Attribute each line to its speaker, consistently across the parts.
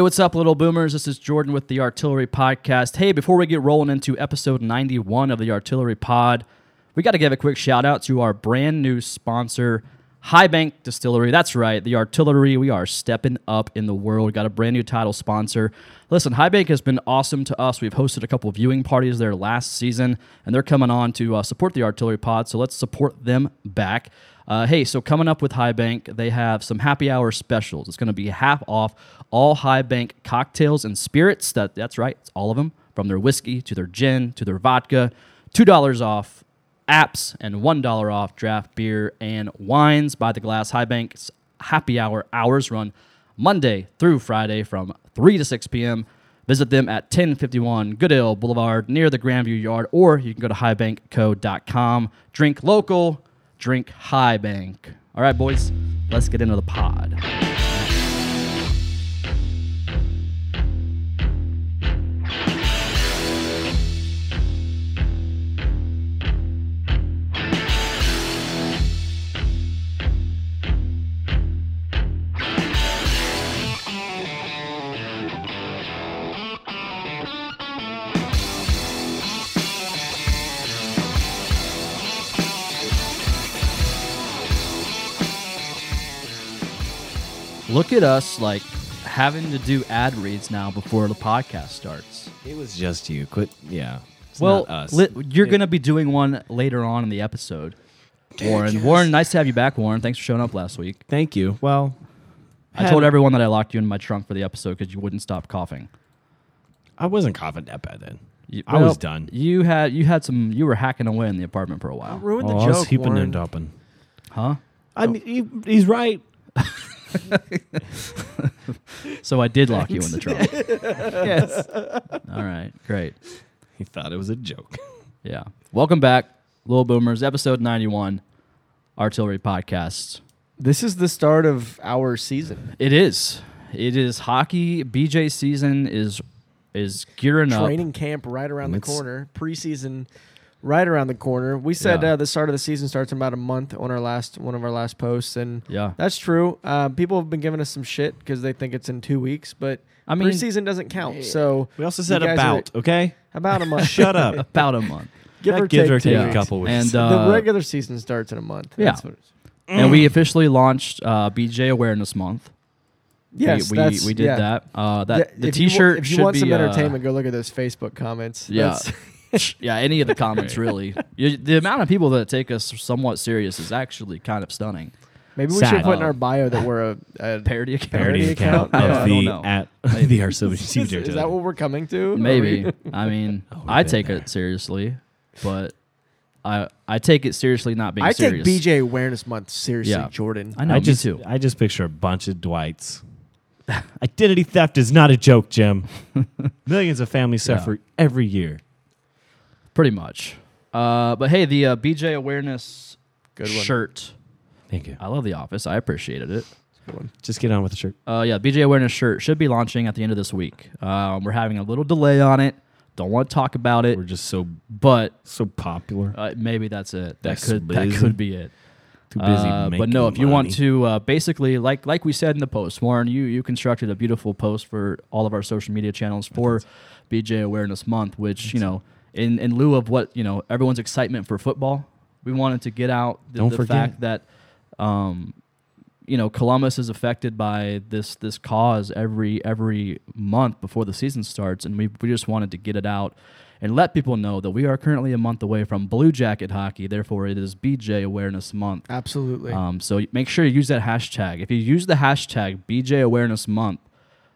Speaker 1: what's up, little boomers? This is Jordan with the Artillery Podcast. Hey, before we get rolling into episode 91 of the Artillery Pod, we got to give a quick shout out to our brand new sponsor, High Bank Distillery. That's right, the Artillery. We are stepping up in the world. We got a brand new title sponsor. Listen, High Bank has been awesome to us. We've hosted a couple viewing parties there last season, and they're coming on to uh, support the Artillery Pod. So let's support them back. Uh, hey, so coming up with High Bank, they have some happy hour specials. It's going to be half off all High Bank cocktails and spirits. That that's right, it's all of them, from their whiskey to their gin to their vodka. Two dollars off apps and $1 off draft beer and wines by the glass high banks happy hour hours run monday through friday from 3 to 6 p.m visit them at 1051 goodale boulevard near the grandview yard or you can go to highbankco.com drink local drink high bank all right boys let's get into the pod look at us like having to do ad reads now before the podcast starts
Speaker 2: It was just you. Quit. Yeah. It's
Speaker 1: Well,
Speaker 2: not us.
Speaker 1: li- you're going to be doing one later on in the episode. Warren, Warren, nice to have you back, Warren. Thanks for showing up last week.
Speaker 2: Thank you. Well,
Speaker 1: I
Speaker 2: had-
Speaker 1: told everyone that I locked you in my trunk for the episode because you wouldn't stop coughing.
Speaker 2: I wasn't coughing that bad then.
Speaker 1: You-
Speaker 2: I
Speaker 1: well,
Speaker 2: was done.
Speaker 1: You had you had some. You were hacking away in the apartment for a while,
Speaker 3: Ruin the
Speaker 2: Oh, I
Speaker 3: joke.
Speaker 2: was heaping
Speaker 3: Warren.
Speaker 2: and dumping.
Speaker 1: huh?
Speaker 2: I mean, he, he's right.
Speaker 1: So I did lock you in the trunk.
Speaker 2: Yes.
Speaker 1: All right, great.
Speaker 2: he thought it was a joke.
Speaker 1: Yeah. Welcome back, Little Boomers, episode ninety-one, Artillery Podcast.
Speaker 3: This is the start of our season.
Speaker 1: It is. It is hockey. BJ season is is gearing up.
Speaker 3: Training camp right around the
Speaker 2: It's-
Speaker 3: corner. Preseason right around the corner. We said
Speaker 1: Yeah.
Speaker 3: uh, the start of the season starts in about a month on our last one of our last posts, and
Speaker 1: Yeah.
Speaker 3: that's true. Uh, people have been giving us some shit because they think it's in two weeks, but
Speaker 1: I mean- eh,
Speaker 3: preseason doesn't count. So
Speaker 2: We also
Speaker 3: you
Speaker 2: said
Speaker 3: guys are-
Speaker 2: about, okay?
Speaker 3: about a month.
Speaker 2: Shut up.
Speaker 1: About a month.
Speaker 3: give
Speaker 2: That
Speaker 3: or
Speaker 2: gives
Speaker 3: take,
Speaker 2: or
Speaker 3: two
Speaker 2: take a
Speaker 3: weeks.
Speaker 2: couple weeks.
Speaker 1: And uh,
Speaker 3: the regular season starts in a month.
Speaker 1: yeah.
Speaker 3: That's what it is.
Speaker 1: and we officially launched uh, BJ Awareness Month.
Speaker 3: Yes,
Speaker 1: we we,
Speaker 3: that's-
Speaker 1: we did
Speaker 3: yeah.
Speaker 1: that. Uh, that
Speaker 3: Yeah,
Speaker 1: the
Speaker 3: if you wa-
Speaker 1: T-shirt
Speaker 3: If you
Speaker 1: should
Speaker 3: want
Speaker 1: be
Speaker 3: some
Speaker 1: uh,
Speaker 3: entertainment, go look at those Facebook comments.
Speaker 1: yeah,
Speaker 3: That's-
Speaker 1: yeah. Any of the comments really. You, the amount of people that take us somewhat serious is actually kind of stunning.
Speaker 3: Maybe we
Speaker 2: Sad.
Speaker 3: should put in
Speaker 1: Uh,
Speaker 3: our bio that we're a, a
Speaker 1: Parody account.
Speaker 3: Parody account
Speaker 1: Yeah,
Speaker 2: of
Speaker 1: I don't
Speaker 2: the
Speaker 1: know.
Speaker 2: at the Arcilla
Speaker 3: is, is that what we're coming to?
Speaker 1: Maybe. I mean,
Speaker 2: we've
Speaker 1: I
Speaker 2: been
Speaker 1: take
Speaker 2: Oh, there.
Speaker 1: it seriously, but I I take it seriously not being
Speaker 3: I
Speaker 1: serious.
Speaker 3: take BJ Awareness Month seriously,
Speaker 1: Yeah.
Speaker 3: Jordan.
Speaker 1: I know.
Speaker 2: I
Speaker 1: me
Speaker 2: just
Speaker 1: too.
Speaker 2: I just picture a bunch of Dwights. Identity theft is not a joke, Jim. Millions of families
Speaker 1: Yeah.
Speaker 2: suffer every year.
Speaker 1: Pretty much. Uh, but hey, the uh, BJ Awareness
Speaker 3: Good one.
Speaker 1: shirt.
Speaker 2: Thank you.
Speaker 1: I love the office. I appreciated it.
Speaker 2: Just get on with the shirt.
Speaker 1: Uh, yeah, BJ Awareness shirt should be launching at the end of this week. Um, we're having a little delay on it. Don't want to talk about it,
Speaker 2: We're just so
Speaker 1: but
Speaker 2: so popular.
Speaker 1: uh, maybe that's it. That
Speaker 2: That's
Speaker 1: could that
Speaker 2: amazing.
Speaker 1: could be it.
Speaker 2: Too busy.
Speaker 1: Uh, but
Speaker 2: making
Speaker 1: no, if you want
Speaker 2: money.
Speaker 1: to, uh, basically, like like we said in the post, Warren, you you constructed a beautiful post for all of our social media channels for BJ Awareness Month, which you know, in in lieu of what you know everyone's excitement for football, we wanted to get out the,
Speaker 2: Don't
Speaker 1: the
Speaker 2: forget.
Speaker 1: fact that. Um, you know, Columbus is affected by this this cause every every month before the season starts, and we we just wanted to get it out and let people know that we are currently a month away from Blue Jacket hockey. Therefore, it is BJ Awareness Month.
Speaker 3: Absolutely.
Speaker 1: Um, so make sure you use that hashtag. If you use the hashtag BJ Awareness Month,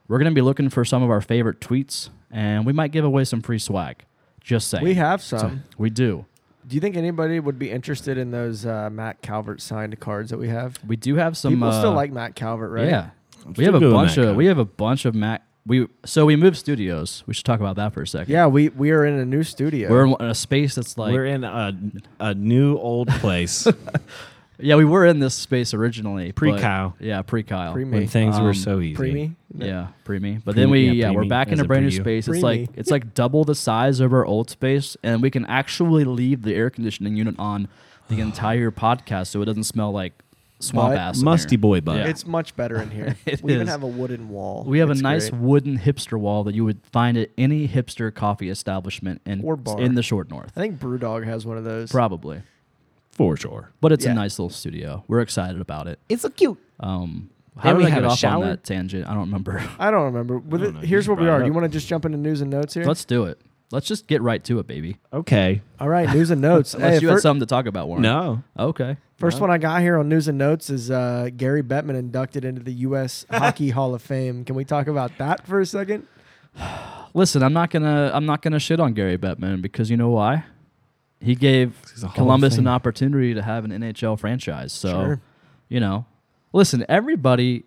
Speaker 1: we're going to be looking for some of our favorite tweets, and we might give away some free swag. Just saying.
Speaker 3: we have some.
Speaker 1: We do.
Speaker 3: Do you think anybody would be interested in those uh, Matt Calvert signed cards that we have?
Speaker 1: We do have some.
Speaker 3: People still
Speaker 1: uh,
Speaker 3: like Matt Calvert, right?
Speaker 1: Yeah. We
Speaker 2: still
Speaker 1: have a
Speaker 2: good with
Speaker 1: bunch
Speaker 2: Matt
Speaker 1: of.
Speaker 2: Cook.
Speaker 1: We have a bunch of Mac. We so we moved studios. We should talk about that for a second.
Speaker 3: Yeah, we, we are in a new studio.
Speaker 1: We're in a space that's like.
Speaker 2: We're in a, a new old place
Speaker 1: yeah, we were in this space originally. but-
Speaker 2: Pre-Kyle.
Speaker 1: Yeah, pre Kyle.
Speaker 3: Pre-me.
Speaker 2: when things were
Speaker 1: Um,
Speaker 2: so easy.
Speaker 3: Preemie?
Speaker 1: Yeah, preemie. But
Speaker 2: Pre-
Speaker 1: then we yeah,
Speaker 2: yeah,
Speaker 1: we're
Speaker 2: preemie
Speaker 1: back in
Speaker 2: as
Speaker 1: a
Speaker 2: a
Speaker 1: brand new
Speaker 2: preview.
Speaker 1: space. It's like
Speaker 3: Preemie.
Speaker 1: it's like double the size of our old space, and we can actually leave the air conditioning unit on the entire podcast, so it doesn't smell like swamp
Speaker 3: But
Speaker 1: ass. in
Speaker 2: Musty
Speaker 1: here.
Speaker 2: boy bug.
Speaker 1: Yeah.
Speaker 3: It's much better in here.
Speaker 1: It
Speaker 3: we even
Speaker 1: is.
Speaker 3: have a wooden wall.
Speaker 1: We have
Speaker 3: It's
Speaker 1: a nice
Speaker 3: great.
Speaker 1: wooden hipster wall that you would find at any hipster coffee establishment in
Speaker 3: Or bar.
Speaker 1: in the short north,
Speaker 3: I think Brewdog has one of those.
Speaker 1: probably.
Speaker 2: For sure.
Speaker 1: But it's a
Speaker 3: Yeah.
Speaker 1: nice little studio. We're excited about it.
Speaker 2: It's a cute.
Speaker 1: Um, how
Speaker 2: And
Speaker 1: did
Speaker 2: we
Speaker 1: I
Speaker 2: have
Speaker 1: get
Speaker 2: a
Speaker 1: off
Speaker 2: shower?
Speaker 1: on that tangent? I don't remember.
Speaker 3: I don't remember. With
Speaker 2: I
Speaker 3: it,
Speaker 2: don't know. You
Speaker 3: here's where we
Speaker 2: brought it
Speaker 3: are. Do you
Speaker 2: up.
Speaker 3: want to just jump into news and notes here?
Speaker 1: Let's do it. Let's just get right to it, baby.
Speaker 2: Okay.
Speaker 3: All right, news and notes.
Speaker 1: Unless
Speaker 3: Hey,
Speaker 1: you
Speaker 3: fir-
Speaker 1: had something to talk about, Warren.
Speaker 2: No.
Speaker 1: Okay.
Speaker 3: First one I got here on news and notes is uh, Gary Bettman inducted into the U.S. Hockey Hall of Fame. Can we talk about that for a second?
Speaker 1: Listen, I'm not gonna I'm not gonna shit on Gary Bettman because you know why? He gave
Speaker 2: He's a Hall of
Speaker 1: Columbus an
Speaker 2: Fame.
Speaker 1: opportunity to have an NHL franchise. So
Speaker 3: Sure.
Speaker 1: you know, listen, everybody,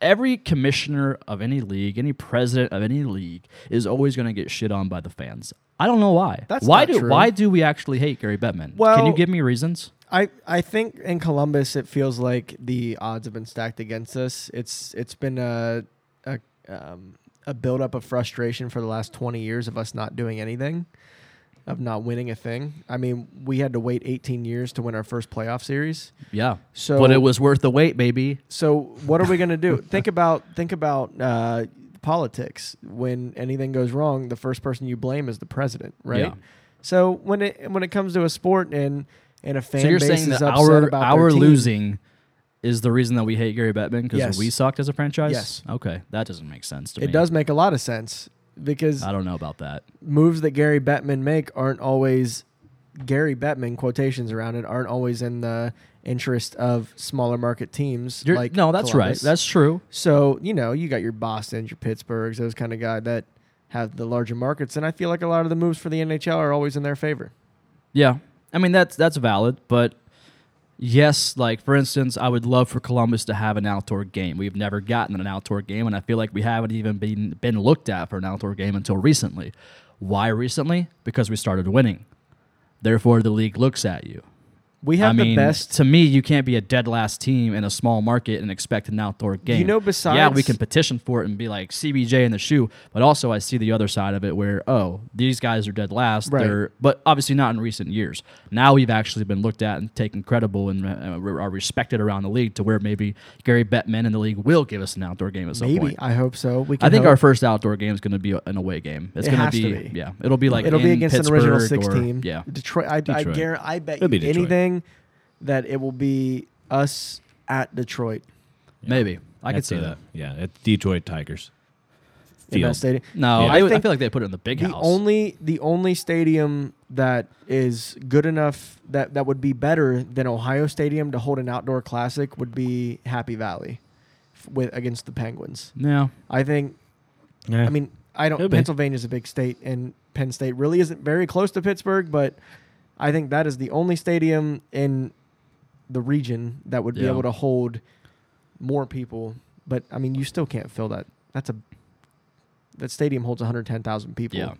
Speaker 1: every commissioner of any league, any president of any league is always going to get shit on by the fans. I don't know why.
Speaker 3: That's
Speaker 1: why
Speaker 3: not
Speaker 1: do
Speaker 3: true.
Speaker 1: why do we actually hate Gary Bettman? can you
Speaker 3: Well-
Speaker 1: give me reasons?
Speaker 3: I, I think in Columbus it feels like the odds have been stacked against us. It's it's been a a um, a buildup of frustration for the last twenty years of us not doing anything, of not winning a thing. I mean, we had to wait eighteen years to win our first playoff series.
Speaker 1: Yeah,
Speaker 3: So
Speaker 1: but it was worth the wait, baby.
Speaker 3: So what are we going to do? think about think about uh, politics. When anything goes wrong, the first person you blame is the president, right?
Speaker 1: Yeah.
Speaker 3: So when it when it comes to a sport and and a fan
Speaker 1: so you're
Speaker 3: base
Speaker 1: saying
Speaker 3: is
Speaker 1: that
Speaker 3: upset
Speaker 1: our
Speaker 3: about
Speaker 1: our
Speaker 3: their team-
Speaker 1: losing is the reason that we hate Gary Bettman because
Speaker 3: Yes.
Speaker 1: we sucked as a franchise.
Speaker 3: Yes.
Speaker 1: Okay, that doesn't make sense to
Speaker 3: it
Speaker 1: me.
Speaker 3: does make a lot of sense because
Speaker 1: I don't know about that.
Speaker 3: moves that Gary Bettman make aren't always Gary Bettman quotations around it aren't always in the interest of smaller market teams.
Speaker 1: You're,
Speaker 3: like
Speaker 1: no, that's
Speaker 3: Columbus.
Speaker 1: right. That's true.
Speaker 3: So, you know, you got your Bostons, your Pittsburghs, those kind of guys that have the larger markets. And I feel like a lot of the moves for the NHL are always in their favor.
Speaker 1: Yeah, I mean that's that's valid, but yes, like for instance, I would love for Columbus to have an outdoor game. We've never gotten an outdoor game, and I feel like we haven't even been been looked at for an outdoor game until recently. Why recently? Because we started winning. Therefore, the league looks at you.
Speaker 3: We have
Speaker 1: I mean,
Speaker 3: the best.
Speaker 1: to me, you can't be a dead last team in a small market and expect an outdoor game.
Speaker 3: know,
Speaker 1: yeah,
Speaker 3: besides-
Speaker 1: we can petition for it and be like CBJ in the shoe, but also I see the other side of it where oh, these guys are dead last.
Speaker 3: Right.
Speaker 1: They're but obviously not in recent years. Now we've actually been looked at and taken credible and uh, re- are respected around the league to where maybe Gary Bettman and the league will give us an outdoor game at some
Speaker 3: Maybe.
Speaker 1: point.
Speaker 3: I hope so. We can
Speaker 1: I think
Speaker 3: hope.
Speaker 1: our first outdoor game is going to be an away game. It's
Speaker 3: It
Speaker 1: going
Speaker 3: has to
Speaker 1: be,
Speaker 3: be.
Speaker 1: yeah, it'll be like
Speaker 3: It'll be
Speaker 1: in
Speaker 3: against an original
Speaker 1: Pittsburgh
Speaker 3: six
Speaker 1: or-
Speaker 3: team.
Speaker 1: Yeah,
Speaker 3: Detroit. I, I,
Speaker 2: Detroit.
Speaker 3: guar- I bet
Speaker 2: It'll be
Speaker 3: you
Speaker 2: Detroit.
Speaker 3: anything that it will be us at Detroit
Speaker 1: maybe I could
Speaker 2: That's
Speaker 1: see
Speaker 2: a-
Speaker 1: that.
Speaker 2: Yeah. It's Detroit Tigers.
Speaker 3: in
Speaker 2: Field.
Speaker 3: that stadium.
Speaker 1: No,
Speaker 2: Yeah.
Speaker 1: I,
Speaker 3: I
Speaker 1: would, I
Speaker 3: think
Speaker 1: feel like they put it in the big
Speaker 3: the
Speaker 1: house.
Speaker 3: only the only stadium that is good enough that that would be better than Ohio Stadium to hold an outdoor classic would be Happy Valley f- with against the Penguins.
Speaker 1: no,
Speaker 3: I think
Speaker 2: Yeah.
Speaker 3: I mean I don't
Speaker 2: Could be.
Speaker 3: Pennsylvania's a big state and Penn State really isn't very close to Pittsburgh, but I think that is the only stadium in the region that would be
Speaker 1: Yeah.
Speaker 3: able to hold more people. But I mean you still can't fill that. That's a that stadium holds 110,000 people.
Speaker 1: yeah,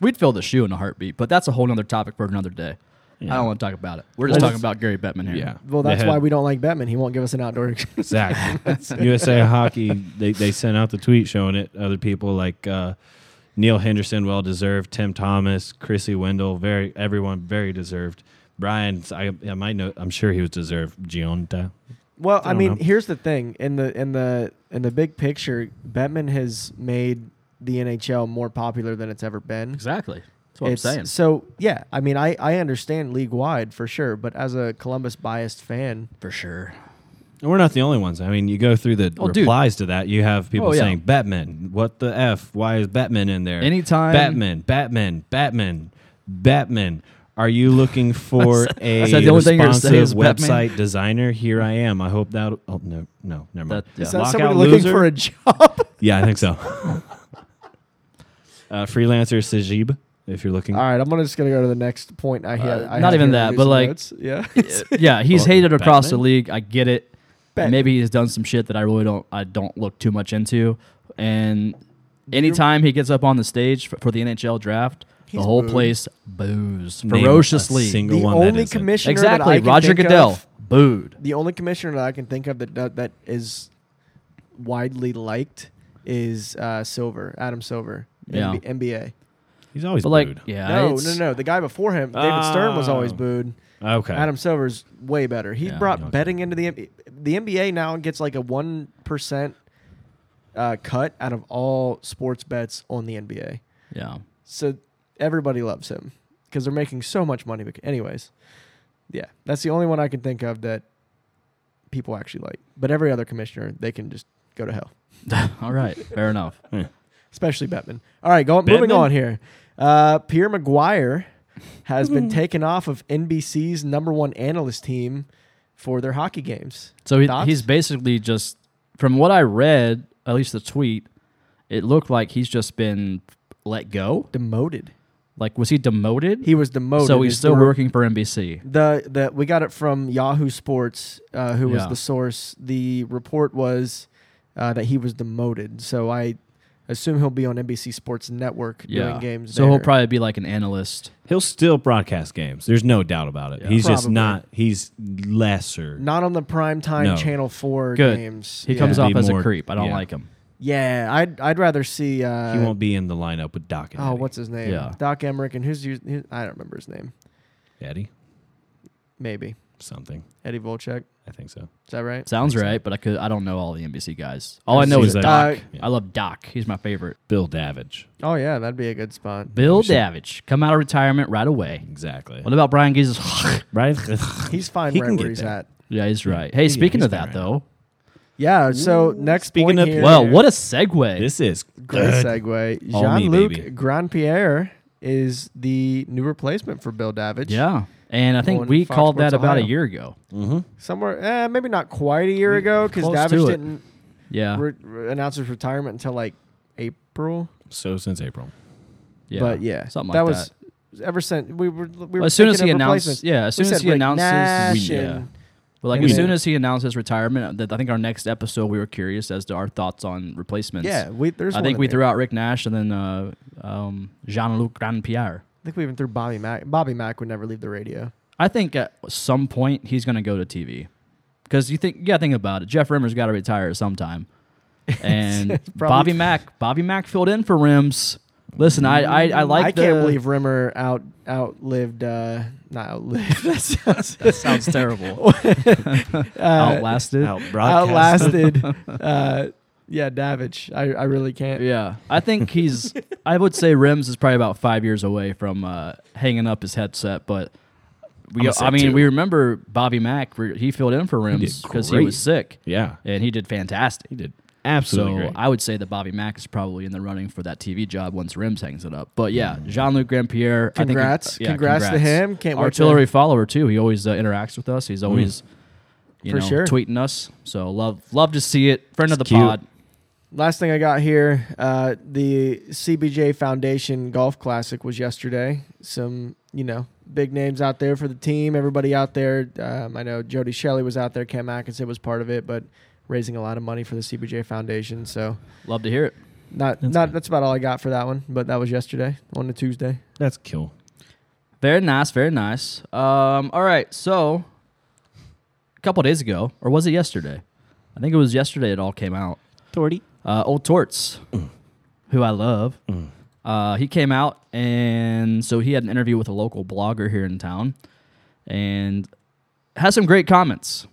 Speaker 1: we'd fill the shoe in a heartbeat. But that's a whole nother topic for another day. I
Speaker 2: Yeah.
Speaker 1: don't want to talk about it. We're just
Speaker 3: Well,
Speaker 1: talking about Gary Bettman here.
Speaker 2: Yeah.
Speaker 3: Well, that's
Speaker 2: They had-
Speaker 3: why we don't like Bettman. He won't give us an outdoor.
Speaker 2: Exactly. USA Hockey, they, they sent out the tweet showing it. Other people like uh, Neil Henderson, well deserved. Tim Thomas, Chrissy Wendell, very everyone very deserved. Brian, I, I might know. I'm sure he was deserved. Gionta.
Speaker 3: well, I,
Speaker 2: I don't
Speaker 3: mean,
Speaker 2: know.
Speaker 3: here's the thing: in the in the in the big picture, Bettman has made the NHL more popular than it's ever been.
Speaker 1: exactly. That's what
Speaker 3: It's-
Speaker 1: I'm saying.
Speaker 3: So yeah, I mean, I I understand league wide for sure, but as a Columbus biased fan,
Speaker 1: For sure.
Speaker 2: And we're not the only ones. I mean, you go through the
Speaker 1: Oh, dude.
Speaker 2: replies to that. You have people
Speaker 1: Oh, yeah.
Speaker 2: saying Batman. What the f? Why is Batman in there?
Speaker 1: Anytime-
Speaker 2: Batman, Batman, Batman, Batman. Are you looking for a
Speaker 1: is that the only thing you're gonna
Speaker 2: responsive
Speaker 1: say is
Speaker 2: website
Speaker 1: Batman?
Speaker 2: designer? Here I am. I hope that. Oh no, no, never mind.
Speaker 1: That- Is
Speaker 3: is that
Speaker 2: Lockout
Speaker 3: somebody looking
Speaker 2: loser?
Speaker 3: for a job?
Speaker 2: Yeah, I think so. uh, freelancer Sajib, if you're looking.
Speaker 3: All right, I'm gonna just gonna go to the next point. I hear
Speaker 1: Uh,
Speaker 3: I
Speaker 1: not
Speaker 3: have
Speaker 1: even
Speaker 3: here
Speaker 1: that,
Speaker 3: in
Speaker 1: but,
Speaker 3: news and
Speaker 1: like,
Speaker 3: notes. yeah,
Speaker 1: yeah, he's
Speaker 2: Well,
Speaker 1: hated across
Speaker 2: Bettman?
Speaker 1: the leleague. I get it.
Speaker 3: Bet-
Speaker 1: Maybe he's done some shit that I really don't I don't look too much into. And anytime he gets up on the stage for, for the NHL draft, the
Speaker 3: He's
Speaker 1: whole
Speaker 3: booed.
Speaker 1: place boos
Speaker 2: Name a
Speaker 1: ferociously.
Speaker 2: single
Speaker 3: the
Speaker 2: one that
Speaker 3: only
Speaker 2: isn't.
Speaker 3: commissioner that I
Speaker 1: Exactly.
Speaker 3: can
Speaker 1: Roger
Speaker 3: think of-
Speaker 1: Goodell booed.
Speaker 3: the only commissioner that I can think of that that, that is widely liked is uh, Silver, Adam Silver,
Speaker 1: Yeah.
Speaker 3: NB- NBA.
Speaker 2: He's always
Speaker 1: But like,
Speaker 2: booed.
Speaker 1: yeah,
Speaker 3: No,
Speaker 1: it's-
Speaker 3: no, no. The guy before him, David Stern, was always
Speaker 2: Oh.
Speaker 3: booed.
Speaker 2: Okay.
Speaker 3: Adam Silver's way better. He
Speaker 1: Yeah,
Speaker 3: brought
Speaker 2: okay.
Speaker 3: betting into the NBA. the NBA now gets like a one percent uh, cut out of all sports bets on the NBA.
Speaker 1: Yeah,
Speaker 3: So everybody loves him because they're making so much money. Bec- Anyways, yeah, that's the only one I can think of that people actually like. But every other commissioner, they can just go to hell,
Speaker 1: all right, fair enough.
Speaker 3: especially Bettman. All right, go moving
Speaker 2: Bettman?
Speaker 3: on here. Uh, Pierre McGuire has been taken off of NBC's number one analyst team for their hockey games.
Speaker 1: So he,
Speaker 3: Thoughts?
Speaker 1: he's basically just, from what I read, at least the tweet, it looked like he's just been let go.
Speaker 3: demoted.
Speaker 1: Like, was he demoted?
Speaker 3: He was demoted.
Speaker 1: so he's
Speaker 3: His
Speaker 1: still
Speaker 3: dir-
Speaker 1: working for NBC.
Speaker 3: The the we got it from Yahoo Sports, uh, who was
Speaker 1: Yeah.
Speaker 3: the source. The report was uh, that he was demoted. So I assume he'll be on NBC Sports Network
Speaker 1: Yeah,
Speaker 3: doing games.
Speaker 1: so
Speaker 3: there.
Speaker 1: he'll probably be like an analyst.
Speaker 2: He'll still broadcast games. There's no doubt about it.
Speaker 1: Yeah.
Speaker 2: He's just
Speaker 3: Probably.
Speaker 2: not. He's lesser.
Speaker 3: not on the prime time
Speaker 2: No.
Speaker 3: Channel Four
Speaker 1: Good.
Speaker 3: games.
Speaker 1: He
Speaker 3: yeah.
Speaker 1: comes
Speaker 2: Be
Speaker 1: off as a
Speaker 2: more-
Speaker 1: creep. I don't
Speaker 2: yeah.
Speaker 1: like him.
Speaker 3: Yeah, I'd I'd rather see. Uh,
Speaker 2: he won't be in the lineup with Doc. And
Speaker 3: Oh,
Speaker 2: Eddie.
Speaker 3: what's his name?
Speaker 1: Yeah.
Speaker 3: Doc Emmerich and who's, who's I don't remember his name.
Speaker 2: Eddie?
Speaker 3: Maybe
Speaker 2: Something.
Speaker 3: Eddie Volchek.
Speaker 2: I think so.
Speaker 3: Is that right?
Speaker 1: Sounds
Speaker 2: Exactly.
Speaker 1: right, but I could I don't know all the NBC guys. All I
Speaker 2: It
Speaker 1: know is
Speaker 2: seems
Speaker 1: Doc.
Speaker 2: like-
Speaker 3: Uh,
Speaker 2: Yeah.
Speaker 1: I love Doc. He's my favorite.
Speaker 2: Bill Davage.
Speaker 3: Oh yeah, that'd be a good spot.
Speaker 1: Bill
Speaker 2: should-
Speaker 1: Davich, come out of retirement right away.
Speaker 2: Exactly.
Speaker 1: What about Brian Gies?
Speaker 2: Right.
Speaker 3: He's fine
Speaker 2: He
Speaker 3: right
Speaker 2: can
Speaker 3: where
Speaker 2: get
Speaker 3: he's
Speaker 2: there.
Speaker 3: at.
Speaker 1: yeah, he's right. Hey,
Speaker 2: Yeah,
Speaker 1: speaking
Speaker 2: he's
Speaker 1: of that
Speaker 2: fine.
Speaker 1: though,
Speaker 3: Yeah. So next
Speaker 2: Speaking
Speaker 3: point
Speaker 2: of-
Speaker 3: here,
Speaker 1: well, what a segue.
Speaker 2: this is
Speaker 3: great
Speaker 2: good.
Speaker 3: segue.
Speaker 2: All me,
Speaker 3: Jean Luc
Speaker 2: baby.
Speaker 3: Grand Pierre is the new replacement for Bill Davich.
Speaker 1: yeah, and I think
Speaker 3: On
Speaker 1: we
Speaker 3: Fox
Speaker 1: called
Speaker 3: Sports
Speaker 1: that about a
Speaker 3: Ohio.
Speaker 1: year ago.
Speaker 2: Mhm.
Speaker 3: somewhere eh, maybe not quite a year ago because
Speaker 1: Close
Speaker 3: Davich
Speaker 1: to it.
Speaker 3: didn't
Speaker 1: Yeah,
Speaker 3: re- re- announce his retirement until like April.
Speaker 2: So since April.
Speaker 1: yeah,
Speaker 3: But yeah,
Speaker 1: something like
Speaker 3: that
Speaker 1: that.
Speaker 3: was ever since we were we were
Speaker 1: as soon as
Speaker 3: thinking
Speaker 1: he
Speaker 3: of
Speaker 1: announced,
Speaker 3: replacements.
Speaker 1: yeah, as
Speaker 3: We
Speaker 1: soon as
Speaker 3: said
Speaker 1: he
Speaker 3: Rick
Speaker 1: announces,
Speaker 3: Nash
Speaker 1: we, yeah.
Speaker 3: and-
Speaker 1: But like
Speaker 3: We
Speaker 1: as
Speaker 3: did.
Speaker 1: soon as he announced his retirement, that I think our next episode we were curious as to our thoughts on replacements.
Speaker 3: yeah, we there's
Speaker 1: I
Speaker 3: one
Speaker 1: think
Speaker 3: in
Speaker 1: we
Speaker 3: there.
Speaker 1: threw out Rick Nash and then uh, um, Jean-Luc Grandpierre.
Speaker 3: I think we even threw Bobby Mack. Bobby Mack would never leave the radio.
Speaker 1: I think at some point he's going to go to TV because you think you got to think about it. Jeff Rimmer's got to retire sometime, and
Speaker 3: It's probably-
Speaker 1: Bobby Mack. Bobby Mack filled in for Rims. Listen, I I, I like.
Speaker 3: I can't
Speaker 1: the-
Speaker 3: believe Rimmer out outlived uh not outlived that sounds
Speaker 1: that sounds terrible. Outlasted.
Speaker 2: Out
Speaker 3: outlasted uh yeah Davich I, I really can't
Speaker 1: Yeah, I think he's. I would say Rims is probably about five years away from uh, hanging up his headset, but we.
Speaker 2: I'ma
Speaker 1: I
Speaker 2: say
Speaker 1: mean,
Speaker 2: two.
Speaker 1: we remember Bobby Mack. re- He filled in for Rims
Speaker 2: did
Speaker 1: because he,
Speaker 2: great.
Speaker 1: was sick,
Speaker 2: Yeah.
Speaker 1: and he did fantastic. He did. So
Speaker 2: Absolutely. great.
Speaker 1: I would say that Bobby Mack is probably in the running for that TV job once Rims hangs it up. But yeah, Jean Luc Grandpierre. I think-
Speaker 3: Congrats. Congrats to him. Can't wait to-
Speaker 1: Artillery follower too. He always uh, interacts with us. He's always, you
Speaker 3: For
Speaker 1: know,
Speaker 3: sure.
Speaker 1: tweeting us. So love, love to see it. Friend of the
Speaker 2: It's cute.
Speaker 1: pod.
Speaker 3: last thing I got here uh the CBJ Foundation Golf Classic was yesterday some you know big names out there for the team everybody out there um, I know Jody Shelley was out there Cam Atkinson was part of it but raising a lot of money for the CBJ Foundation so
Speaker 1: Love to hear it.
Speaker 3: not
Speaker 2: That's
Speaker 3: not
Speaker 2: good.
Speaker 3: that's about all I got for that one but that was yesterday on the Tuesday
Speaker 2: That's kill.
Speaker 1: Very nice, very nice. Um, all right, so a couple days ago, or was it yesterday? I think it was yesterday. It all came out.
Speaker 2: Torty.
Speaker 1: Uh, old Torts,
Speaker 3: Mm.
Speaker 1: who I love, uh, he came out and so he had an interview with a local blogger here in town, and has some great comments.